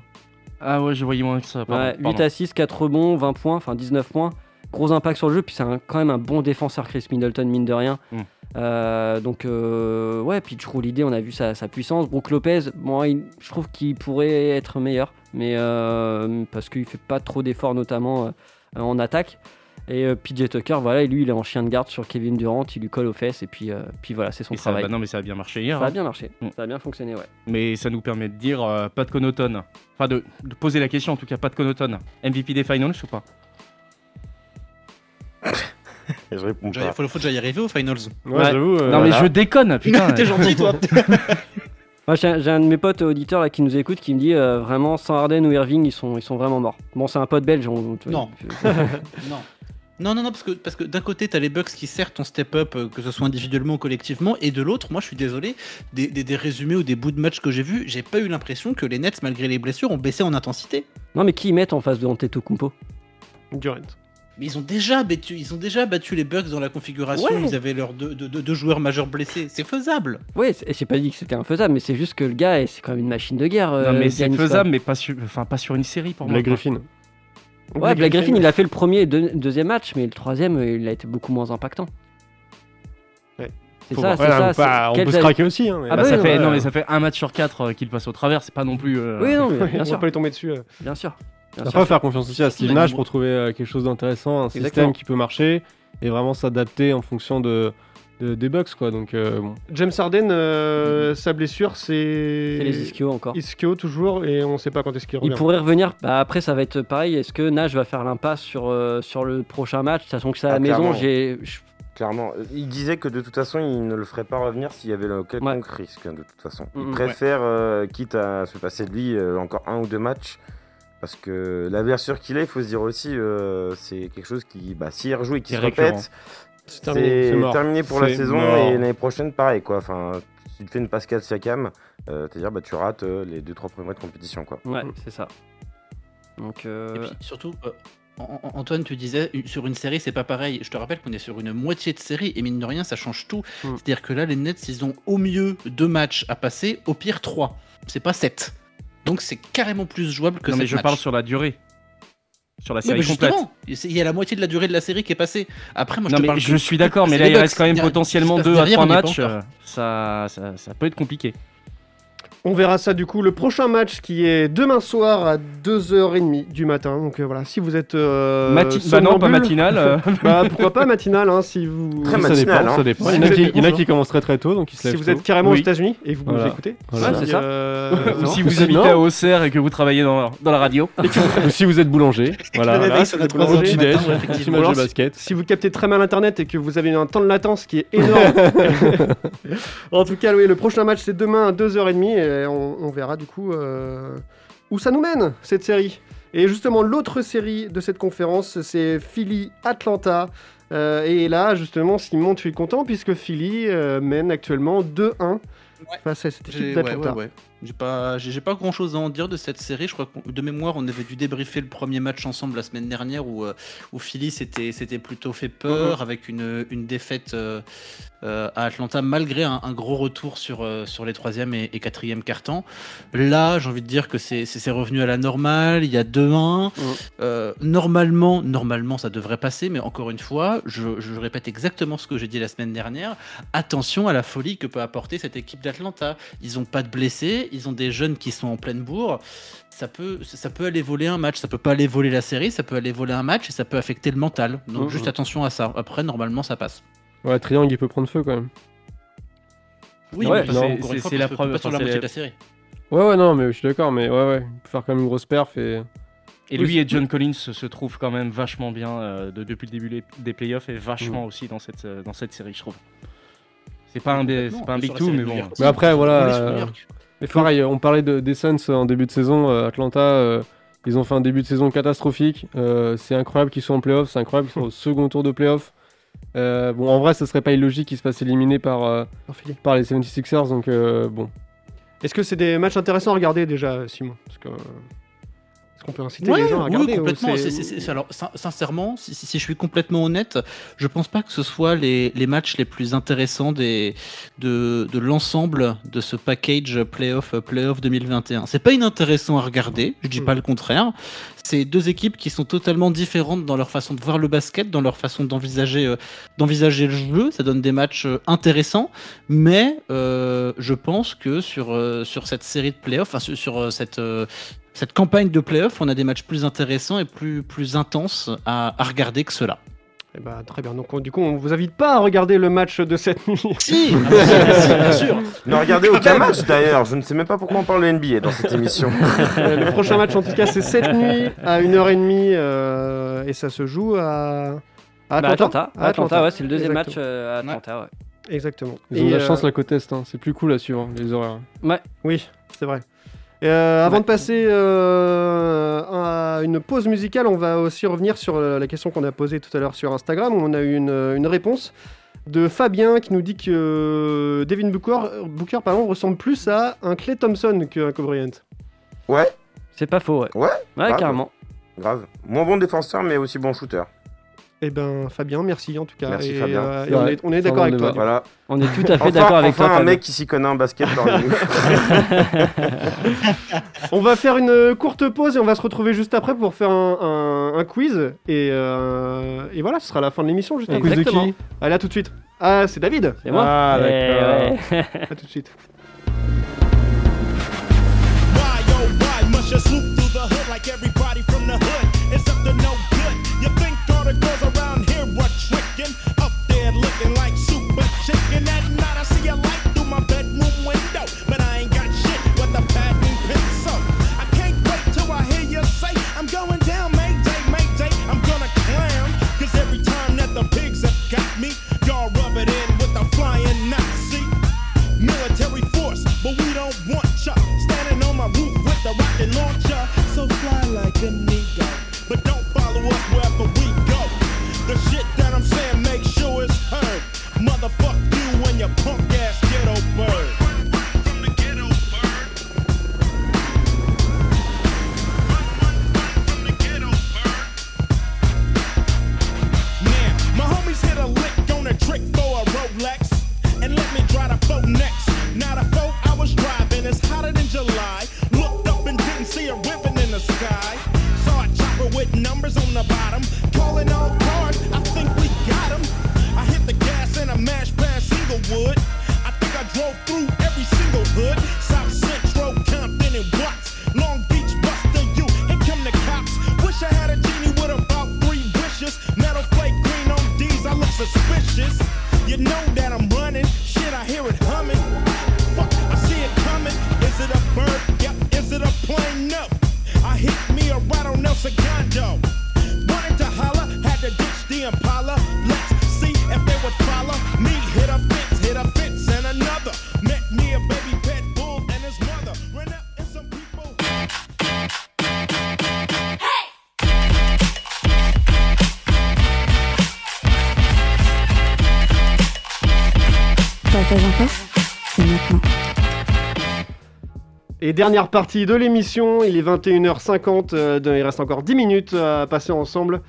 Ah ouais, je voyais moins que ça. pardon, Ouais, 8 pardon. assists, 4 rebonds, 20 points, enfin 19 points. Gros impact sur le jeu, puis c'est un- quand même un bon défenseur, Chris Middleton, mine de rien. Mm. Euh, donc, euh, ouais, puis Drew l'idée, on a vu sa, sa puissance. Brook Lopez, moi, il- je trouve qu'il pourrait être meilleur, mais euh, parce qu'il fait pas trop d'efforts, notamment euh, en attaque. Et euh, PJ Tucker, voilà, et lui, il est en chien de garde sur Kevin Durant, il lui colle aux fesses, et puis, euh, puis voilà, c'est son Et ça, travail. bah non, mais ça a bien marché hier. ça a hein. bien marché, Mm. ça a bien fonctionné, ouais. Mais ça nous permet de dire euh, pas de Connaughton. Enfin, de, de poser la question en tout cas, pas de Connaughton. MVP des finals ou pas Et je réponds Il pas. faut, faut déjà y arriver aux finals. ouais, Ouais. j'avoue. euh, Non, mais voilà. je déconne, putain. T'es gentil toi. Moi, j'ai un- j'ai un de mes potes auditeurs là, qui nous écoute qui me dit euh, vraiment sans Harden ou Irving, ils sont, ils sont vraiment morts. Bon, c'est un pote belge. on- tu vois, Non. Non. Non, non, non, parce que, parce que d'un côté, t'as les Bucks qui certes ont step up, euh, que ce soit individuellement ou collectivement, et de l'autre, moi je suis désolé, des, des- des résumés ou des bouts de match que j'ai vus, j'ai pas eu l'impression que les Nets, malgré les blessures, ont baissé en intensité. non, mais qui ils mettent en face de Antetokounmpo Durant. Mais ils ont déjà battu, ils ont déjà battu les Bucks dans la configuration, Ouais. où ils avaient leurs deux, deux- deux- deux joueurs majeurs blessés, c'est faisable. Ouais, c'est- et j'ai pas dit que c'était infaisable, mais c'est juste que le gars, eh, c'est quand même une machine de guerre. euh, Non, mais c'est Giannis, quoi. faisable, mais pas sur, enfin, pas sur une série pour moi. Blake Griffin. Ouais, Blake Griffin, il a fait le premier et deux- deuxième match, mais le troisième, euh, il a été beaucoup moins impactant. Ouais. C'est Faut ça, voir. c'est Ouais, ça. on peut pas- c'est- on quels peut se avaient- craquer aussi. hein, mais- Ah Bah, bah ça oui, fait, ouais. Non, mais ça fait un match sur quatre euh, qu'il passe au travers, c'est pas non plus. euh, Oui, non, mais On bien va sûr. pas lui tomber dessus. euh. Bien sûr. bien Après, sûr. faire confiance aussi à Steve Mais Nash bon. pour trouver euh, quelque chose d'intéressant, un système Exactement. qui peut marcher et vraiment s'adapter en fonction de, de- des bugs, quoi. Donc, euh, bon. James Harden, euh, sa blessure, c'est. C'est les ischios encore. Ischio toujours, et on sait pas quand est-ce qu'il Il revient. pourrait revenir. Bah, après, ça va être pareil. Est-ce que Nash va faire l'impasse sur, euh, sur le prochain match Sachant que c'est à la Ah, maison, clairement. j'ai. je- Clairement. Il disait que de toute façon, il ne le ferait pas revenir s'il y avait le quelconque risque, de toute façon. Il Mm, préfère, euh, quitte à se passer de lui euh, encore un ou deux matchs, parce que la blessure qu'il a, il faut se dire aussi, euh, c'est quelque chose qui, bah, s'il rejoue et C'est qu'il se récurrent. répète, C'est c'est terminé, c'est mort. terminé, pour la C'est saison mort. et l'année prochaine, pareil, quoi. Enfin, si tu fais une Pascal Siakam, euh, c'est-à-dire, bah, tu rates euh, les deux, trois premiers mois de compétition, quoi. Ouais, Mm. c'est ça. Donc, euh, Et puis surtout, euh, An- An- Antoine, tu disais, une- sur une série, c'est pas pareil. Je te rappelle qu'on est sur une moitié de série, et mine de rien, ça change tout. Hmm. Mm. C'est-à-dire que là, les Nets, ils ont au mieux deux matchs à passer, au pire trois. C'est pas sept. Donc c'est carrément plus jouable que Non, mais sept je matchs. parle sur la durée. Sur la Oui, série mais complète. justement, il y a la moitié de la durée de la série qui est passée. Après, moi, je non, te mais parle je que- suis d'accord, mais c'est là, les il Bucks. reste quand même Il y a- potentiellement ce qui se deux à passe trois derrière, on est pas matchs. encore. euh, Ça, ça, ça peut être compliqué. On verra ça du coup le prochain match qui est demain soir à 2h30 du matin. Donc euh, voilà, si vous êtes. Euh, Mati- bah non, pas somnambule, matinale. euh, bah pourquoi pas matinale hein, si vous. Très ça, matinal, dépend, hein. ça dépend. Si Il y en a vous qui, êtes- il y en a qui commencent très très tôt, donc ils se Si lèvent vous tôt. êtes carrément aux Oui. États-Unis et vous Voilà. nous écoutez. Voilà. Ouais, c'est Et, ça. euh, Ou Non. si vous Sinon- habitez à Auxerre et que vous travaillez dans, dans la radio. Ou si vous êtes boulanger, voilà, Le réveil voilà, sonne à au 3 heures du petit matin, déj, ouais, un petit effectivement. match Alors, de basket. Si vous captez très mal internet et que vous avez un temps de latence qui est énorme. en tout cas, oui, le prochain match c'est demain à 2h30 et on, on verra du coup euh, où ça nous mène cette série. Et justement, l'autre série de cette conférence, c'est Philly-Atlanta. Euh, et là, justement, Simon, tu es content puisque Philly euh, mène actuellement 2-1 Ouais. face à cette équipe J'ai- ouais, d'Atlanta. ouais, ouais. J'ai pas, j'ai j'ai pas grand chose à en dire de cette série. Je crois que de mémoire, on avait dû débriefer le premier match ensemble la semaine dernière où, euh, où Philly s'était s'était plutôt fait peur avec une, une défaite euh, euh, à Atlanta malgré un, un gros retour sur, euh, sur les troisième et, et quatrième cartons. Là, j'ai envie de dire que c'est c'est- c'est revenu à la normale. Il y a 2-1. Euh, normalement, normalement, ça devrait passer, mais encore une fois, je, je répète exactement ce que j'ai dit la semaine dernière. Attention à la folie que peut apporter cette équipe d'Atlanta. Ils n'ont pas de blessés, ils ont des jeunes qui sont en pleine bourre. Ça peut, ça peut aller voler un match, ça peut pas aller voler la série, ça peut aller voler un match et ça peut affecter le mental. Donc Mhm. juste attention à ça. Après, normalement, ça passe. Ouais, Triangle, il peut prendre feu quand même. Oui, Ouais, mais non. c'est- encore une c'est- fois, c'est parce la que preuve, pas sur enfin, la moitié c'est- de la série. Ouais, ouais, non, mais je suis d'accord, mais ouais, ouais. Il peut faire quand même une grosse perf et. Et Oui, lui et John Collins se se trouvent quand même vachement bien euh, de- depuis le début les- des playoffs et Mm. vachement aussi dans cette, euh, dans cette série, je trouve. C'est pas un, bé- c'est Complètement, pas un sur big la two, série de mais New bon. York. Mais après, On est voilà. sur New euh, York. Mais pareil, on parlait de, des Suns euh, en début de saison. euh, Atlanta, euh, ils ont fait un début de saison catastrophique. euh, c'est incroyable qu'ils soient en playoff. C'est incroyable qu'ils soient au second tour de playoff. Euh, bon, en vrai, ce serait pas illogique qu'ils se fassent éliminer par, euh, Par Philly. par les 76ers. Donc, euh, bon. Est-ce que c'est des matchs intéressants à regarder déjà, Simon Parce que, euh, Est-ce qu'on peut inciter Ouais, les gens à oui, regarder ou complètement. c'est- C'est- c'est- c'est- alors, sin- sincèrement, si, si- si je suis complètement honnête, je pense pas que ce soit les, les matchs les plus intéressants des, de, de l'ensemble de ce package playoff playoff 2021. C'est pas inintéressant à regarder, je Hmm. dis pas le contraire. C'est deux équipes qui sont totalement différentes dans leur façon de voir le basket, dans leur façon d'envisager euh, d'envisager le jeu. Ça donne des matchs euh, intéressants. Mais euh, je pense que sur, euh, sur cette série de playoffs, enfin, sur, sur, euh, cette, euh, cette campagne de playoffs, on a des matchs plus intéressants et plus, plus intenses à, à regarder que cela. Eh ben, très bien. Donc, on- du coup, on vous invite pas à regarder le match de cette nuit. Si, ah bah, si, bien sûr, bien sûr. Ne regardez aucun match d'ailleurs, je ne sais même pas pourquoi on parle de NBA dans cette émission. Euh, le prochain match, en tout cas, c'est cette nuit à 1h30 euh, et ça se joue à. à Bah, Atlanta, À Atlanta, ouais, c'est le deuxième Exactement. match euh, à Atlanta, ouais. Exactement. Ils ont de Et, la chance, euh, la côte Est. hein. C'est plus cool à suivre, hein, les horaires. Oui, c'est vrai. Euh, avant Ouais. de passer euh, à une pause musicale, on va aussi revenir sur euh, la question qu'on a posée tout à l'heure sur Instagram. On a eu une, euh, une réponse de Fabien qui nous dit que euh, Devin Booker, Booker pardon, ressemble plus à un Clay Thompson qu'un Kobe Bryant. Ouais, C'est pas faux, ouais. Ouais, Ouais, grave. carrément. grave. Moins bon défenseur, mais aussi bon shooter. Eh ben, Fabien, merci en tout cas. Merci, Et, Fabien. euh, et C'est on vrai. est, on est C'est un d'accord avec bon toi. débat. Voilà. On est tout à fait Enfin, d'accord avec enfin toi. un Fabien. mec qui s'y connaît en basket parmi nous. On va faire une euh, courte pause et on va se retrouver juste après pour faire un, un- un quiz. Et, euh, et voilà, ce sera la fin de l'émission juste Un après. quiz de Exactement. qui Allez, à tout de suite. Ah, c'est David. C'est moi Ah, Eh, d'accord. ouais. À tout de suite. Why, oh, why must you swoop through the hood like everybody from the hood? It's up to no good. You think all the girls around here were tricking? Up there looking like super chicken. At night I see a light through my bedroom window. But I ain't got shit with a patent pencil. I can't wait till I hear you say, I'm going down, Mayday, Mayday. I'm gonna clown. Cause every time that the pigs have got me, y'all rub it in with a flying Nazi military force, but we don't want ya. Standing on my roof with the rocket launcher, so fly like a Negro. But don't follow us wherever we go. The shit that I'm saying, make sure it's heard. Motherfuck you and your punk ass ghetto bird. From the ghetto bird. From the ghetto bird. Now, my homies hit a lick on a trick for a Rolex. And let me drive the boat next. Now the boat I was driving is hotter than July. Looked up and didn't see a ribbon in the sky. Saw a chopper with numbers on the bottom. Calling all cars, I think we got 'em. I hit the gas and I mashed past Singlewood. I think I drove through every single hood. South Central, Compton, and Watts. Long Beach, Buster, you. Here come the cops. Wish I had a genie with about three wishes. Metal plate green on D's, I look suspicious. You know that I'm running, shit, I hear it humming. Fuck, I see it coming. Is it a bird? Yep, is it a plane? No. I hit me a right on El Segundo. Wanted to holler, had to ditch the Impala. Let's see if they would follow me. Hit a fence, hit a fence, and another. Met me a baby pet bull and his mother. Ran up in some people. Passage en force, c'est maintenant. Et dernière partie de l'émission, il est 21h50, euh, de- il reste encore 10 minutes à passer ensemble.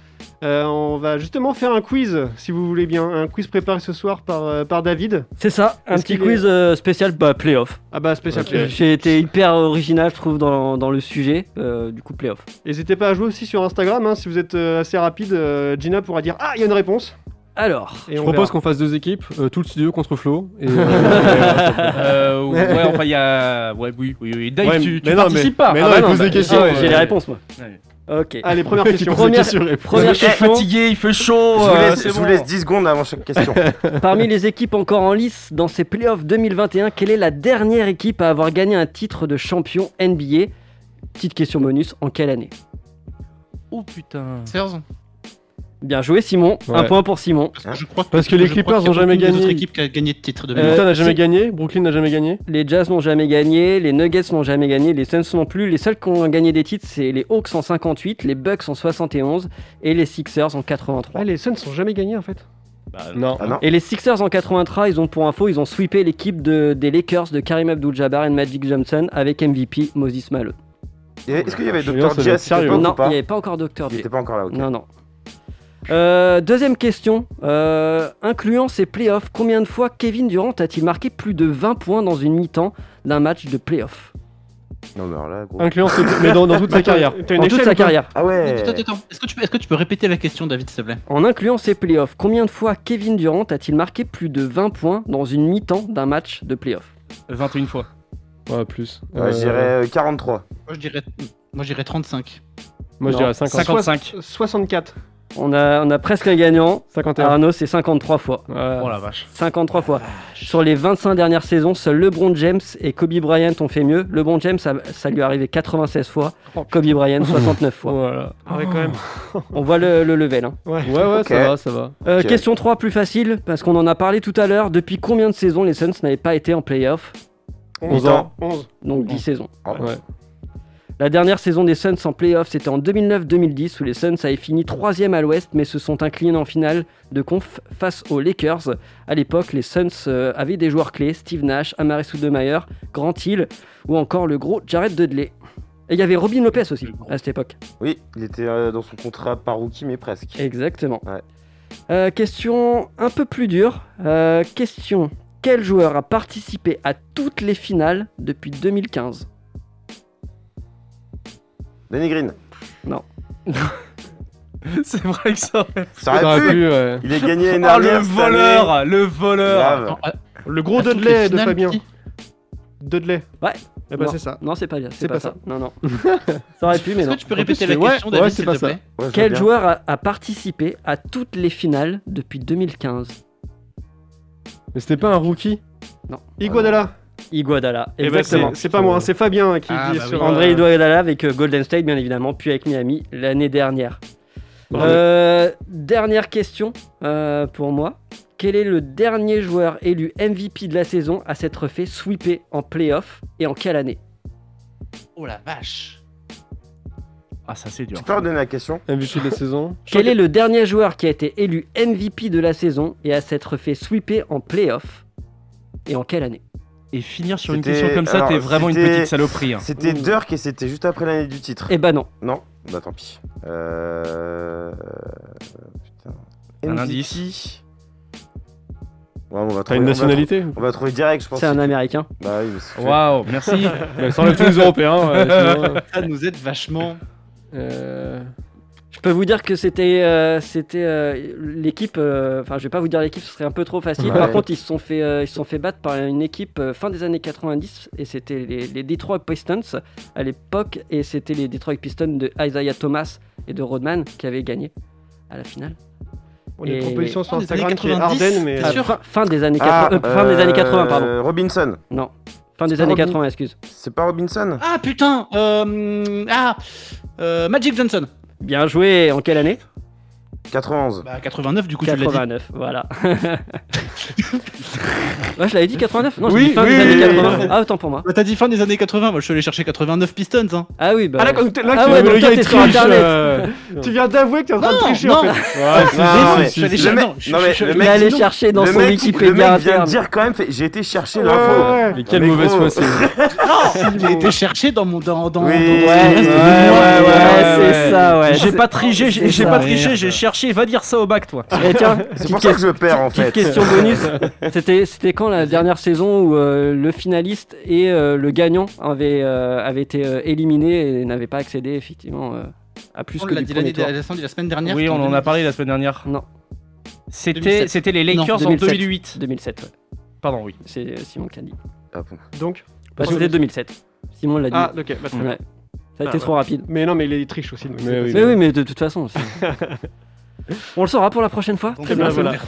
Euh, on va justement faire un quiz, si vous voulez bien, un quiz préparé ce soir par, euh, par David. C'est ça, un Est-ce petit qu'il est- quiz euh, spécial bah, playoff. Ah bah spécial Parce que playoff. J'ai été hyper original, je trouve, dans, dans le sujet. euh, du coup, playoff. N'hésitez pas à jouer aussi sur Instagram, hein, si vous êtes euh, assez rapide, euh, Gina pourra dire Ah, il y a une réponse. Alors, Et Je on propose verra. qu'on fasse deux équipes, euh, tout le studio contre Flo. Et, Euh, ouais, enfin, il y a. Ouais, oui, oui, oui. Dave, Ouais, tu, tu mais non, participes mais- pas. mais Ah non, bah il pose des bah, questions, euh, ouais, ouais. j'ai les réponses, moi. Ouais. Ok. Allez, première question. Première- Je Première suis question. fatigué, il fait chaud. Je vous, euh, laisse, c'est je vous bon. laisse 10 secondes avant chaque question. Parmi les équipes encore en lice dans ces playoffs 2021, quelle est la dernière équipe à avoir gagné un titre de champion NBA Petite question bonus, en quelle année Oh putain. Spurs Bien joué Simon, un Ouais. point pour Simon. Parce que je crois Parce que les Clippers n'ont ont jamais D'autres gagné. équipes qui a gagné de titre de Utah n'a jamais Euh, c'est- gagné, Brooklyn n'a jamais gagné. Les Jazz n'ont jamais gagné, les Nuggets n'ont jamais gagné, les Suns non plus. Les seuls qui ont gagné des titres, c'est les Hawks en 58, les Bucks en 71 et les Sixers en 83. Ah, les Suns sont jamais gagnés en fait. Non. Ah non Et les Sixers en 83, ils ont pour info, ils ont sweepé l'équipe de- des Lakers de Karim Abdul-Jabbar et de Magic Johnson avec MVP Moses Malone. Et Est-ce qu'il y avait Je suis Dr. sûr, J à cette ça doit être époque Non, ou il pas n'y avait pas encore Dr. Il J. était pas encore là, Ah, ok. Non, non. Euh, deuxième question. Euh, incluant ces playoffs, combien de fois Kevin Durant a-t-il marqué plus de 20 points dans une mi-temps d'un match de playoff Non, mais alors là, gros. Incluant, ses- mais dans, dans toute sa carrière. T'as une En toute échelle sa ou pas carrière. Ah ouais Attends, attends, est-ce que, tu peux, est-ce que tu peux répéter la question, David, s'il te plaît En incluant ces playoffs, combien de fois Kevin Durant a-t-il marqué plus de 20 points dans une mi-temps d'un match de playoff 21 fois. Ouais, plus. Ouais, Euh, Je dirais euh, 43. Moi, je dirais, moi, je dirais 35. Moi je Non. dirais 50. 55. 64. on a, on a presque un gagnant. 51. Arnaud, c'est 53 fois. Ouais. Oh la vache. 53 fois. Sur les 25 dernières saisons, seuls LeBron James et Kobe Bryant ont fait mieux. LeBron James, ça, ça lui est arrivé 96 fois. Oh, putain. Kobe Bryant, 69 fois. Voilà. Ah ouais, quand même. On voit le, le level. hein. Ouais, ouais, Ok. ça va, ça va. Euh, Ok. Question 3, plus facile, parce qu'on en a parlé tout à l'heure. Depuis combien de saisons les Suns n'avaient pas été en playoff 11 ans. 11. Donc Mm. 10 saisons. Oh. Ouais. La dernière saison des Suns en playoff, c'était en 2009-2010, où les Suns avaient fini 3 à l'ouest, mais se sont inclinés en finale de conf face aux Lakers. À l'époque, les Suns euh, avaient des joueurs clés Steve Nash, Amaris Stoudemire, Grant Hill, ou encore le gros Jared Dudley. Et il y avait Robin Lopez aussi, à cette époque. Oui, il était euh, dans son contrat par rookie, mais presque. Exactement. Ouais. Euh, question un peu plus dure. Euh, question quel joueur a participé à toutes les finales depuis 2015 Danny Green, C'est vrai que ça. Oh ça aurait pu pu, ouais. Il est gagné l'année le dernière, cette année. voleur, le voleur. Grave. Ah, Attends, à- Le gros à toutes les Dudley de finales, Fabien. qui Dudley. Ouais. Eh ben Non. c'est ça. Non, c'est pas bien. C'est C'est pas pas, ça. Non, non. ça aurait pu, mais Est-ce non. que tu peux En plus, répéter c'est- la ouais, question, ouais, David, c'est s'il pas te ça. plaît Ouais, je vois Quel bien. joueur a, a participé à toutes les finales depuis 2015 Mais c'était pas un rookie Iguodala. Iguodala. Eh ben, Exactement. c'est- c'est pas moi, hein, c'est Fabien qui Ah, dit bah oui. sur euh, André Iguodala avec euh, Golden State, bien évidemment, puis avec Miami l'année dernière. Bravo. Euh, dernière question euh, pour moi. Quel est le dernier joueur élu MVP de la saison à s'être fait sweeper en playoff et en quelle année Oh la vache Ah, ça c'est dur. Tu peux redonner la question MVP de la saison Quel est le dernier joueur qui a été élu MVP de la saison et à s'être fait sweeper en playoff et en quelle année Et finir sur une C'était- question comme ça, alors, t'es vraiment une c'était- petite saloperie. hein. C'était Ouh. Dirk et c'était juste après l'année du titre. Eh ben non. Non Bah tant pis. Euh... Putain. Un MVP. indice. Ouais, on va trouver, T'as une on va nationalité trou- On va trouver direct, je pense. C'est un Américain. Bah oui, mais c'est- Waouh, merci. Bah, Ça enlève tous les Européens. ouais, sinon, Ça nous aide vachement. euh, Je peux vous dire que c'était euh, c'était euh, l'équipe. euh, Enfin, je vais pas vous dire l'équipe, ce serait un peu trop facile. Ouais. Par contre, ils se sont fait euh, ils se sont fait battre par une équipe euh, fin des années 90 et c'était les, les Detroit Pistons à l'époque et c'était les Detroit Pistons de Isaiah Thomas et de Rodman qui avaient gagné à la finale. On a une Et- proposition sur Oh, des Instagram années qui est 90, Arden, mais. Bien Ah, sûr. fin, fin des années Ah, 80, euh, fin des années 80 pardon. euh, Robinson. Fin des c'est années pas 80, excuse. C'est pas Robinson Ah putain euh, Ah euh, Magic Johnson Bien joué. En quelle année 91. Bah 89 du coup tu l'as dit. 89. Voilà. Ouais, je l'avais dit 89 Non, j'ai Oui, dit fin oui, des années oui, 80. oui. Ah, autant pour moi. Bah, T'as dit fin des années 80, moi je suis allé chercher 89 Pistons. Hein. Ah oui, bah. Ah, là, comme t'es- là, ah tu- ouais, le donc toi, gars, il t'es sur triche, Internet. euh, Tu viens d'avouer que t'es en train de Non, Ah, tricher non. en fait. Ah, Ouais, si, Ah, Non, si, mais- si, je suis allé le chercher- mec- non, je- non, je- mais je- le il mec- est allé non, chercher dans le son mec, Wikipédia Le mec vient interne. de dire quand même, fait, j'ai été chercher Ouais, l'info. ouais. Mais quelle Mais mauvaise gros. foi c'est. J'ai Bah, été chercher dans mon. Dans, dans, Oui, dans ce qui ouais, reste de ouais, mémoire. Ouais, c'est ça, ouais. J'ai pas triché, j'ai c'est j'ai ça. pas triché, Merde. j'ai cherché. Va dire ça au bac, toi. Et Eh, tiens, C'est petite pour ça que je perds en Petite fait. question bonus, c'était c'était quand la dernière saison où euh, le finaliste et euh, le gagnant avaient, euh, avaient été euh, éliminés et n'avaient pas accédé effectivement euh, à plus On que l'a Oh, du dit premier l'année tour. la la semaine dernière. Oui, c'était on en a 2010. parlé la semaine dernière. Non. C'était 2007. c'était les Lakers en 2007. 2008. 2007, ouais. Pardon, oui. c'est euh, Simon qui a dit. Ah bon. Donc Bah, c'était 2007. Simon l'a dit. Ah, ok. bah, très bien. Ouais. Ça a Ah, été ouais. trop rapide. Mais non, mais il est triche aussi. donc Mais c'est oui. possible. Mais oui, mais de toute façon. c'est- on le saura pour la prochaine fois. Donc, Très bien, euh, voilà.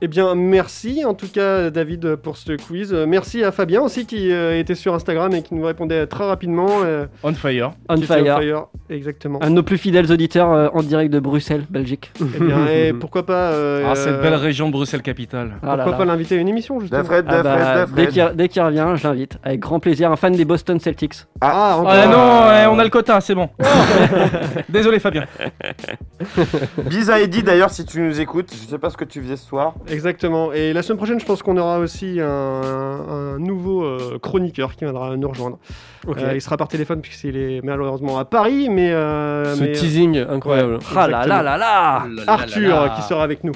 Eh bien, merci en tout cas, David, pour ce quiz. Euh, Merci à Fabien aussi qui euh, était sur Instagram et qui nous répondait très rapidement. euh, On fire. On qui était fire. Ah, Exactement. Un de nos plus fidèles auditeurs euh, en direct de Bruxelles, Belgique. Eh bien, et pourquoi pas. euh, Ah, cette belle région de Bruxelles-Capitale. Ah là Pourquoi là. pas l'inviter à une émission, La justement Fred, Ah la Fred, bah, la dès Fred. qu'il dès qu'il revient, je l'invite. Avec grand plaisir, un fan des Boston Celtics. Ah, encore. Ah non, ouais, on a le quota, c'est bon. Désolé, Fabien. Biza Eddy d'ailleurs, si tu nous écoutes, je sais pas ce que tu faisais ce soir. Exactement. Et la semaine prochaine, je pense qu'on aura aussi un, un nouveau euh, chroniqueur qui viendra nous rejoindre. Euh, il sera par téléphone puisqu'il est malheureusement à Paris, mais. euh, Ce mais, euh, teasing incroyable. Ah là là là là Oh là là Arthur euh, là là. qui sera avec nous.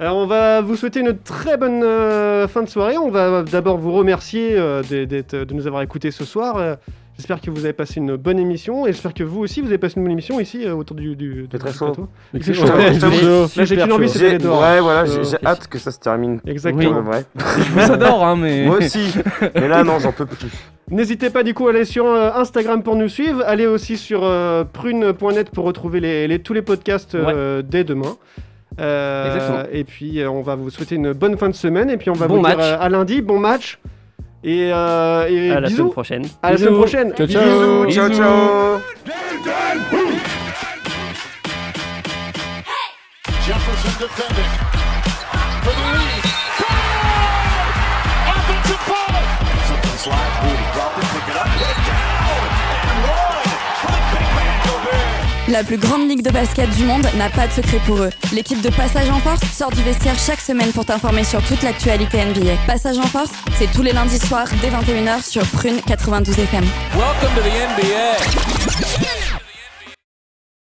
Alors, on va vous souhaiter une très bonne euh, fin de soirée. On va d'abord vous remercier euh, d'être- d'être- de nous avoir écoutés ce soir. Euh, J'espère que vous avez passé une bonne émission et j'espère que vous aussi vous avez passé une bonne émission ici euh, autour du, du, du très du chaud. plateau. Mais C'est c'est chaud. chaud. Ouais, C'est chaud. Là, j'ai Super qu'une envie, chaud. c'est J'ai- d'aller dehors. Ouais, voilà, j'ai Euh, j'ai hâte que ça se termine. Exactement. Pour le vrai. Je vous adore, hein, mais. Moi aussi. Mais là, non, j'en peux plus. N'hésitez pas du coup à aller sur euh, Instagram pour nous suivre. Allez aussi sur euh, prune.net pour retrouver les, les- tous les podcasts euh, dès demain. Euh, Exactement. Et puis euh, on va vous souhaiter une bonne fin de semaine. Et puis on va Bon vous match. dire euh, à lundi, bon match. Et, euh, et À la semaine bisous. prochaine. À la semaine prochaine. Ciao, ciao. Bisous, ciao, ciao. Jefferson defending. For the lead. Goal! Offensive foul! Something slides, Rudy Crawford, pick it up. Look down! And run! For the big man, Gobert! La plus grande ligue de basket du monde n'a pas de secret pour eux. L'équipe de Passage en Force sort du vestiaire chaque semaine pour t'informer sur toute l'actualité NBA. Passage en Force, c'est tous les lundis soirs dès 21h sur Prune 92 FM. Welcome to the NBA.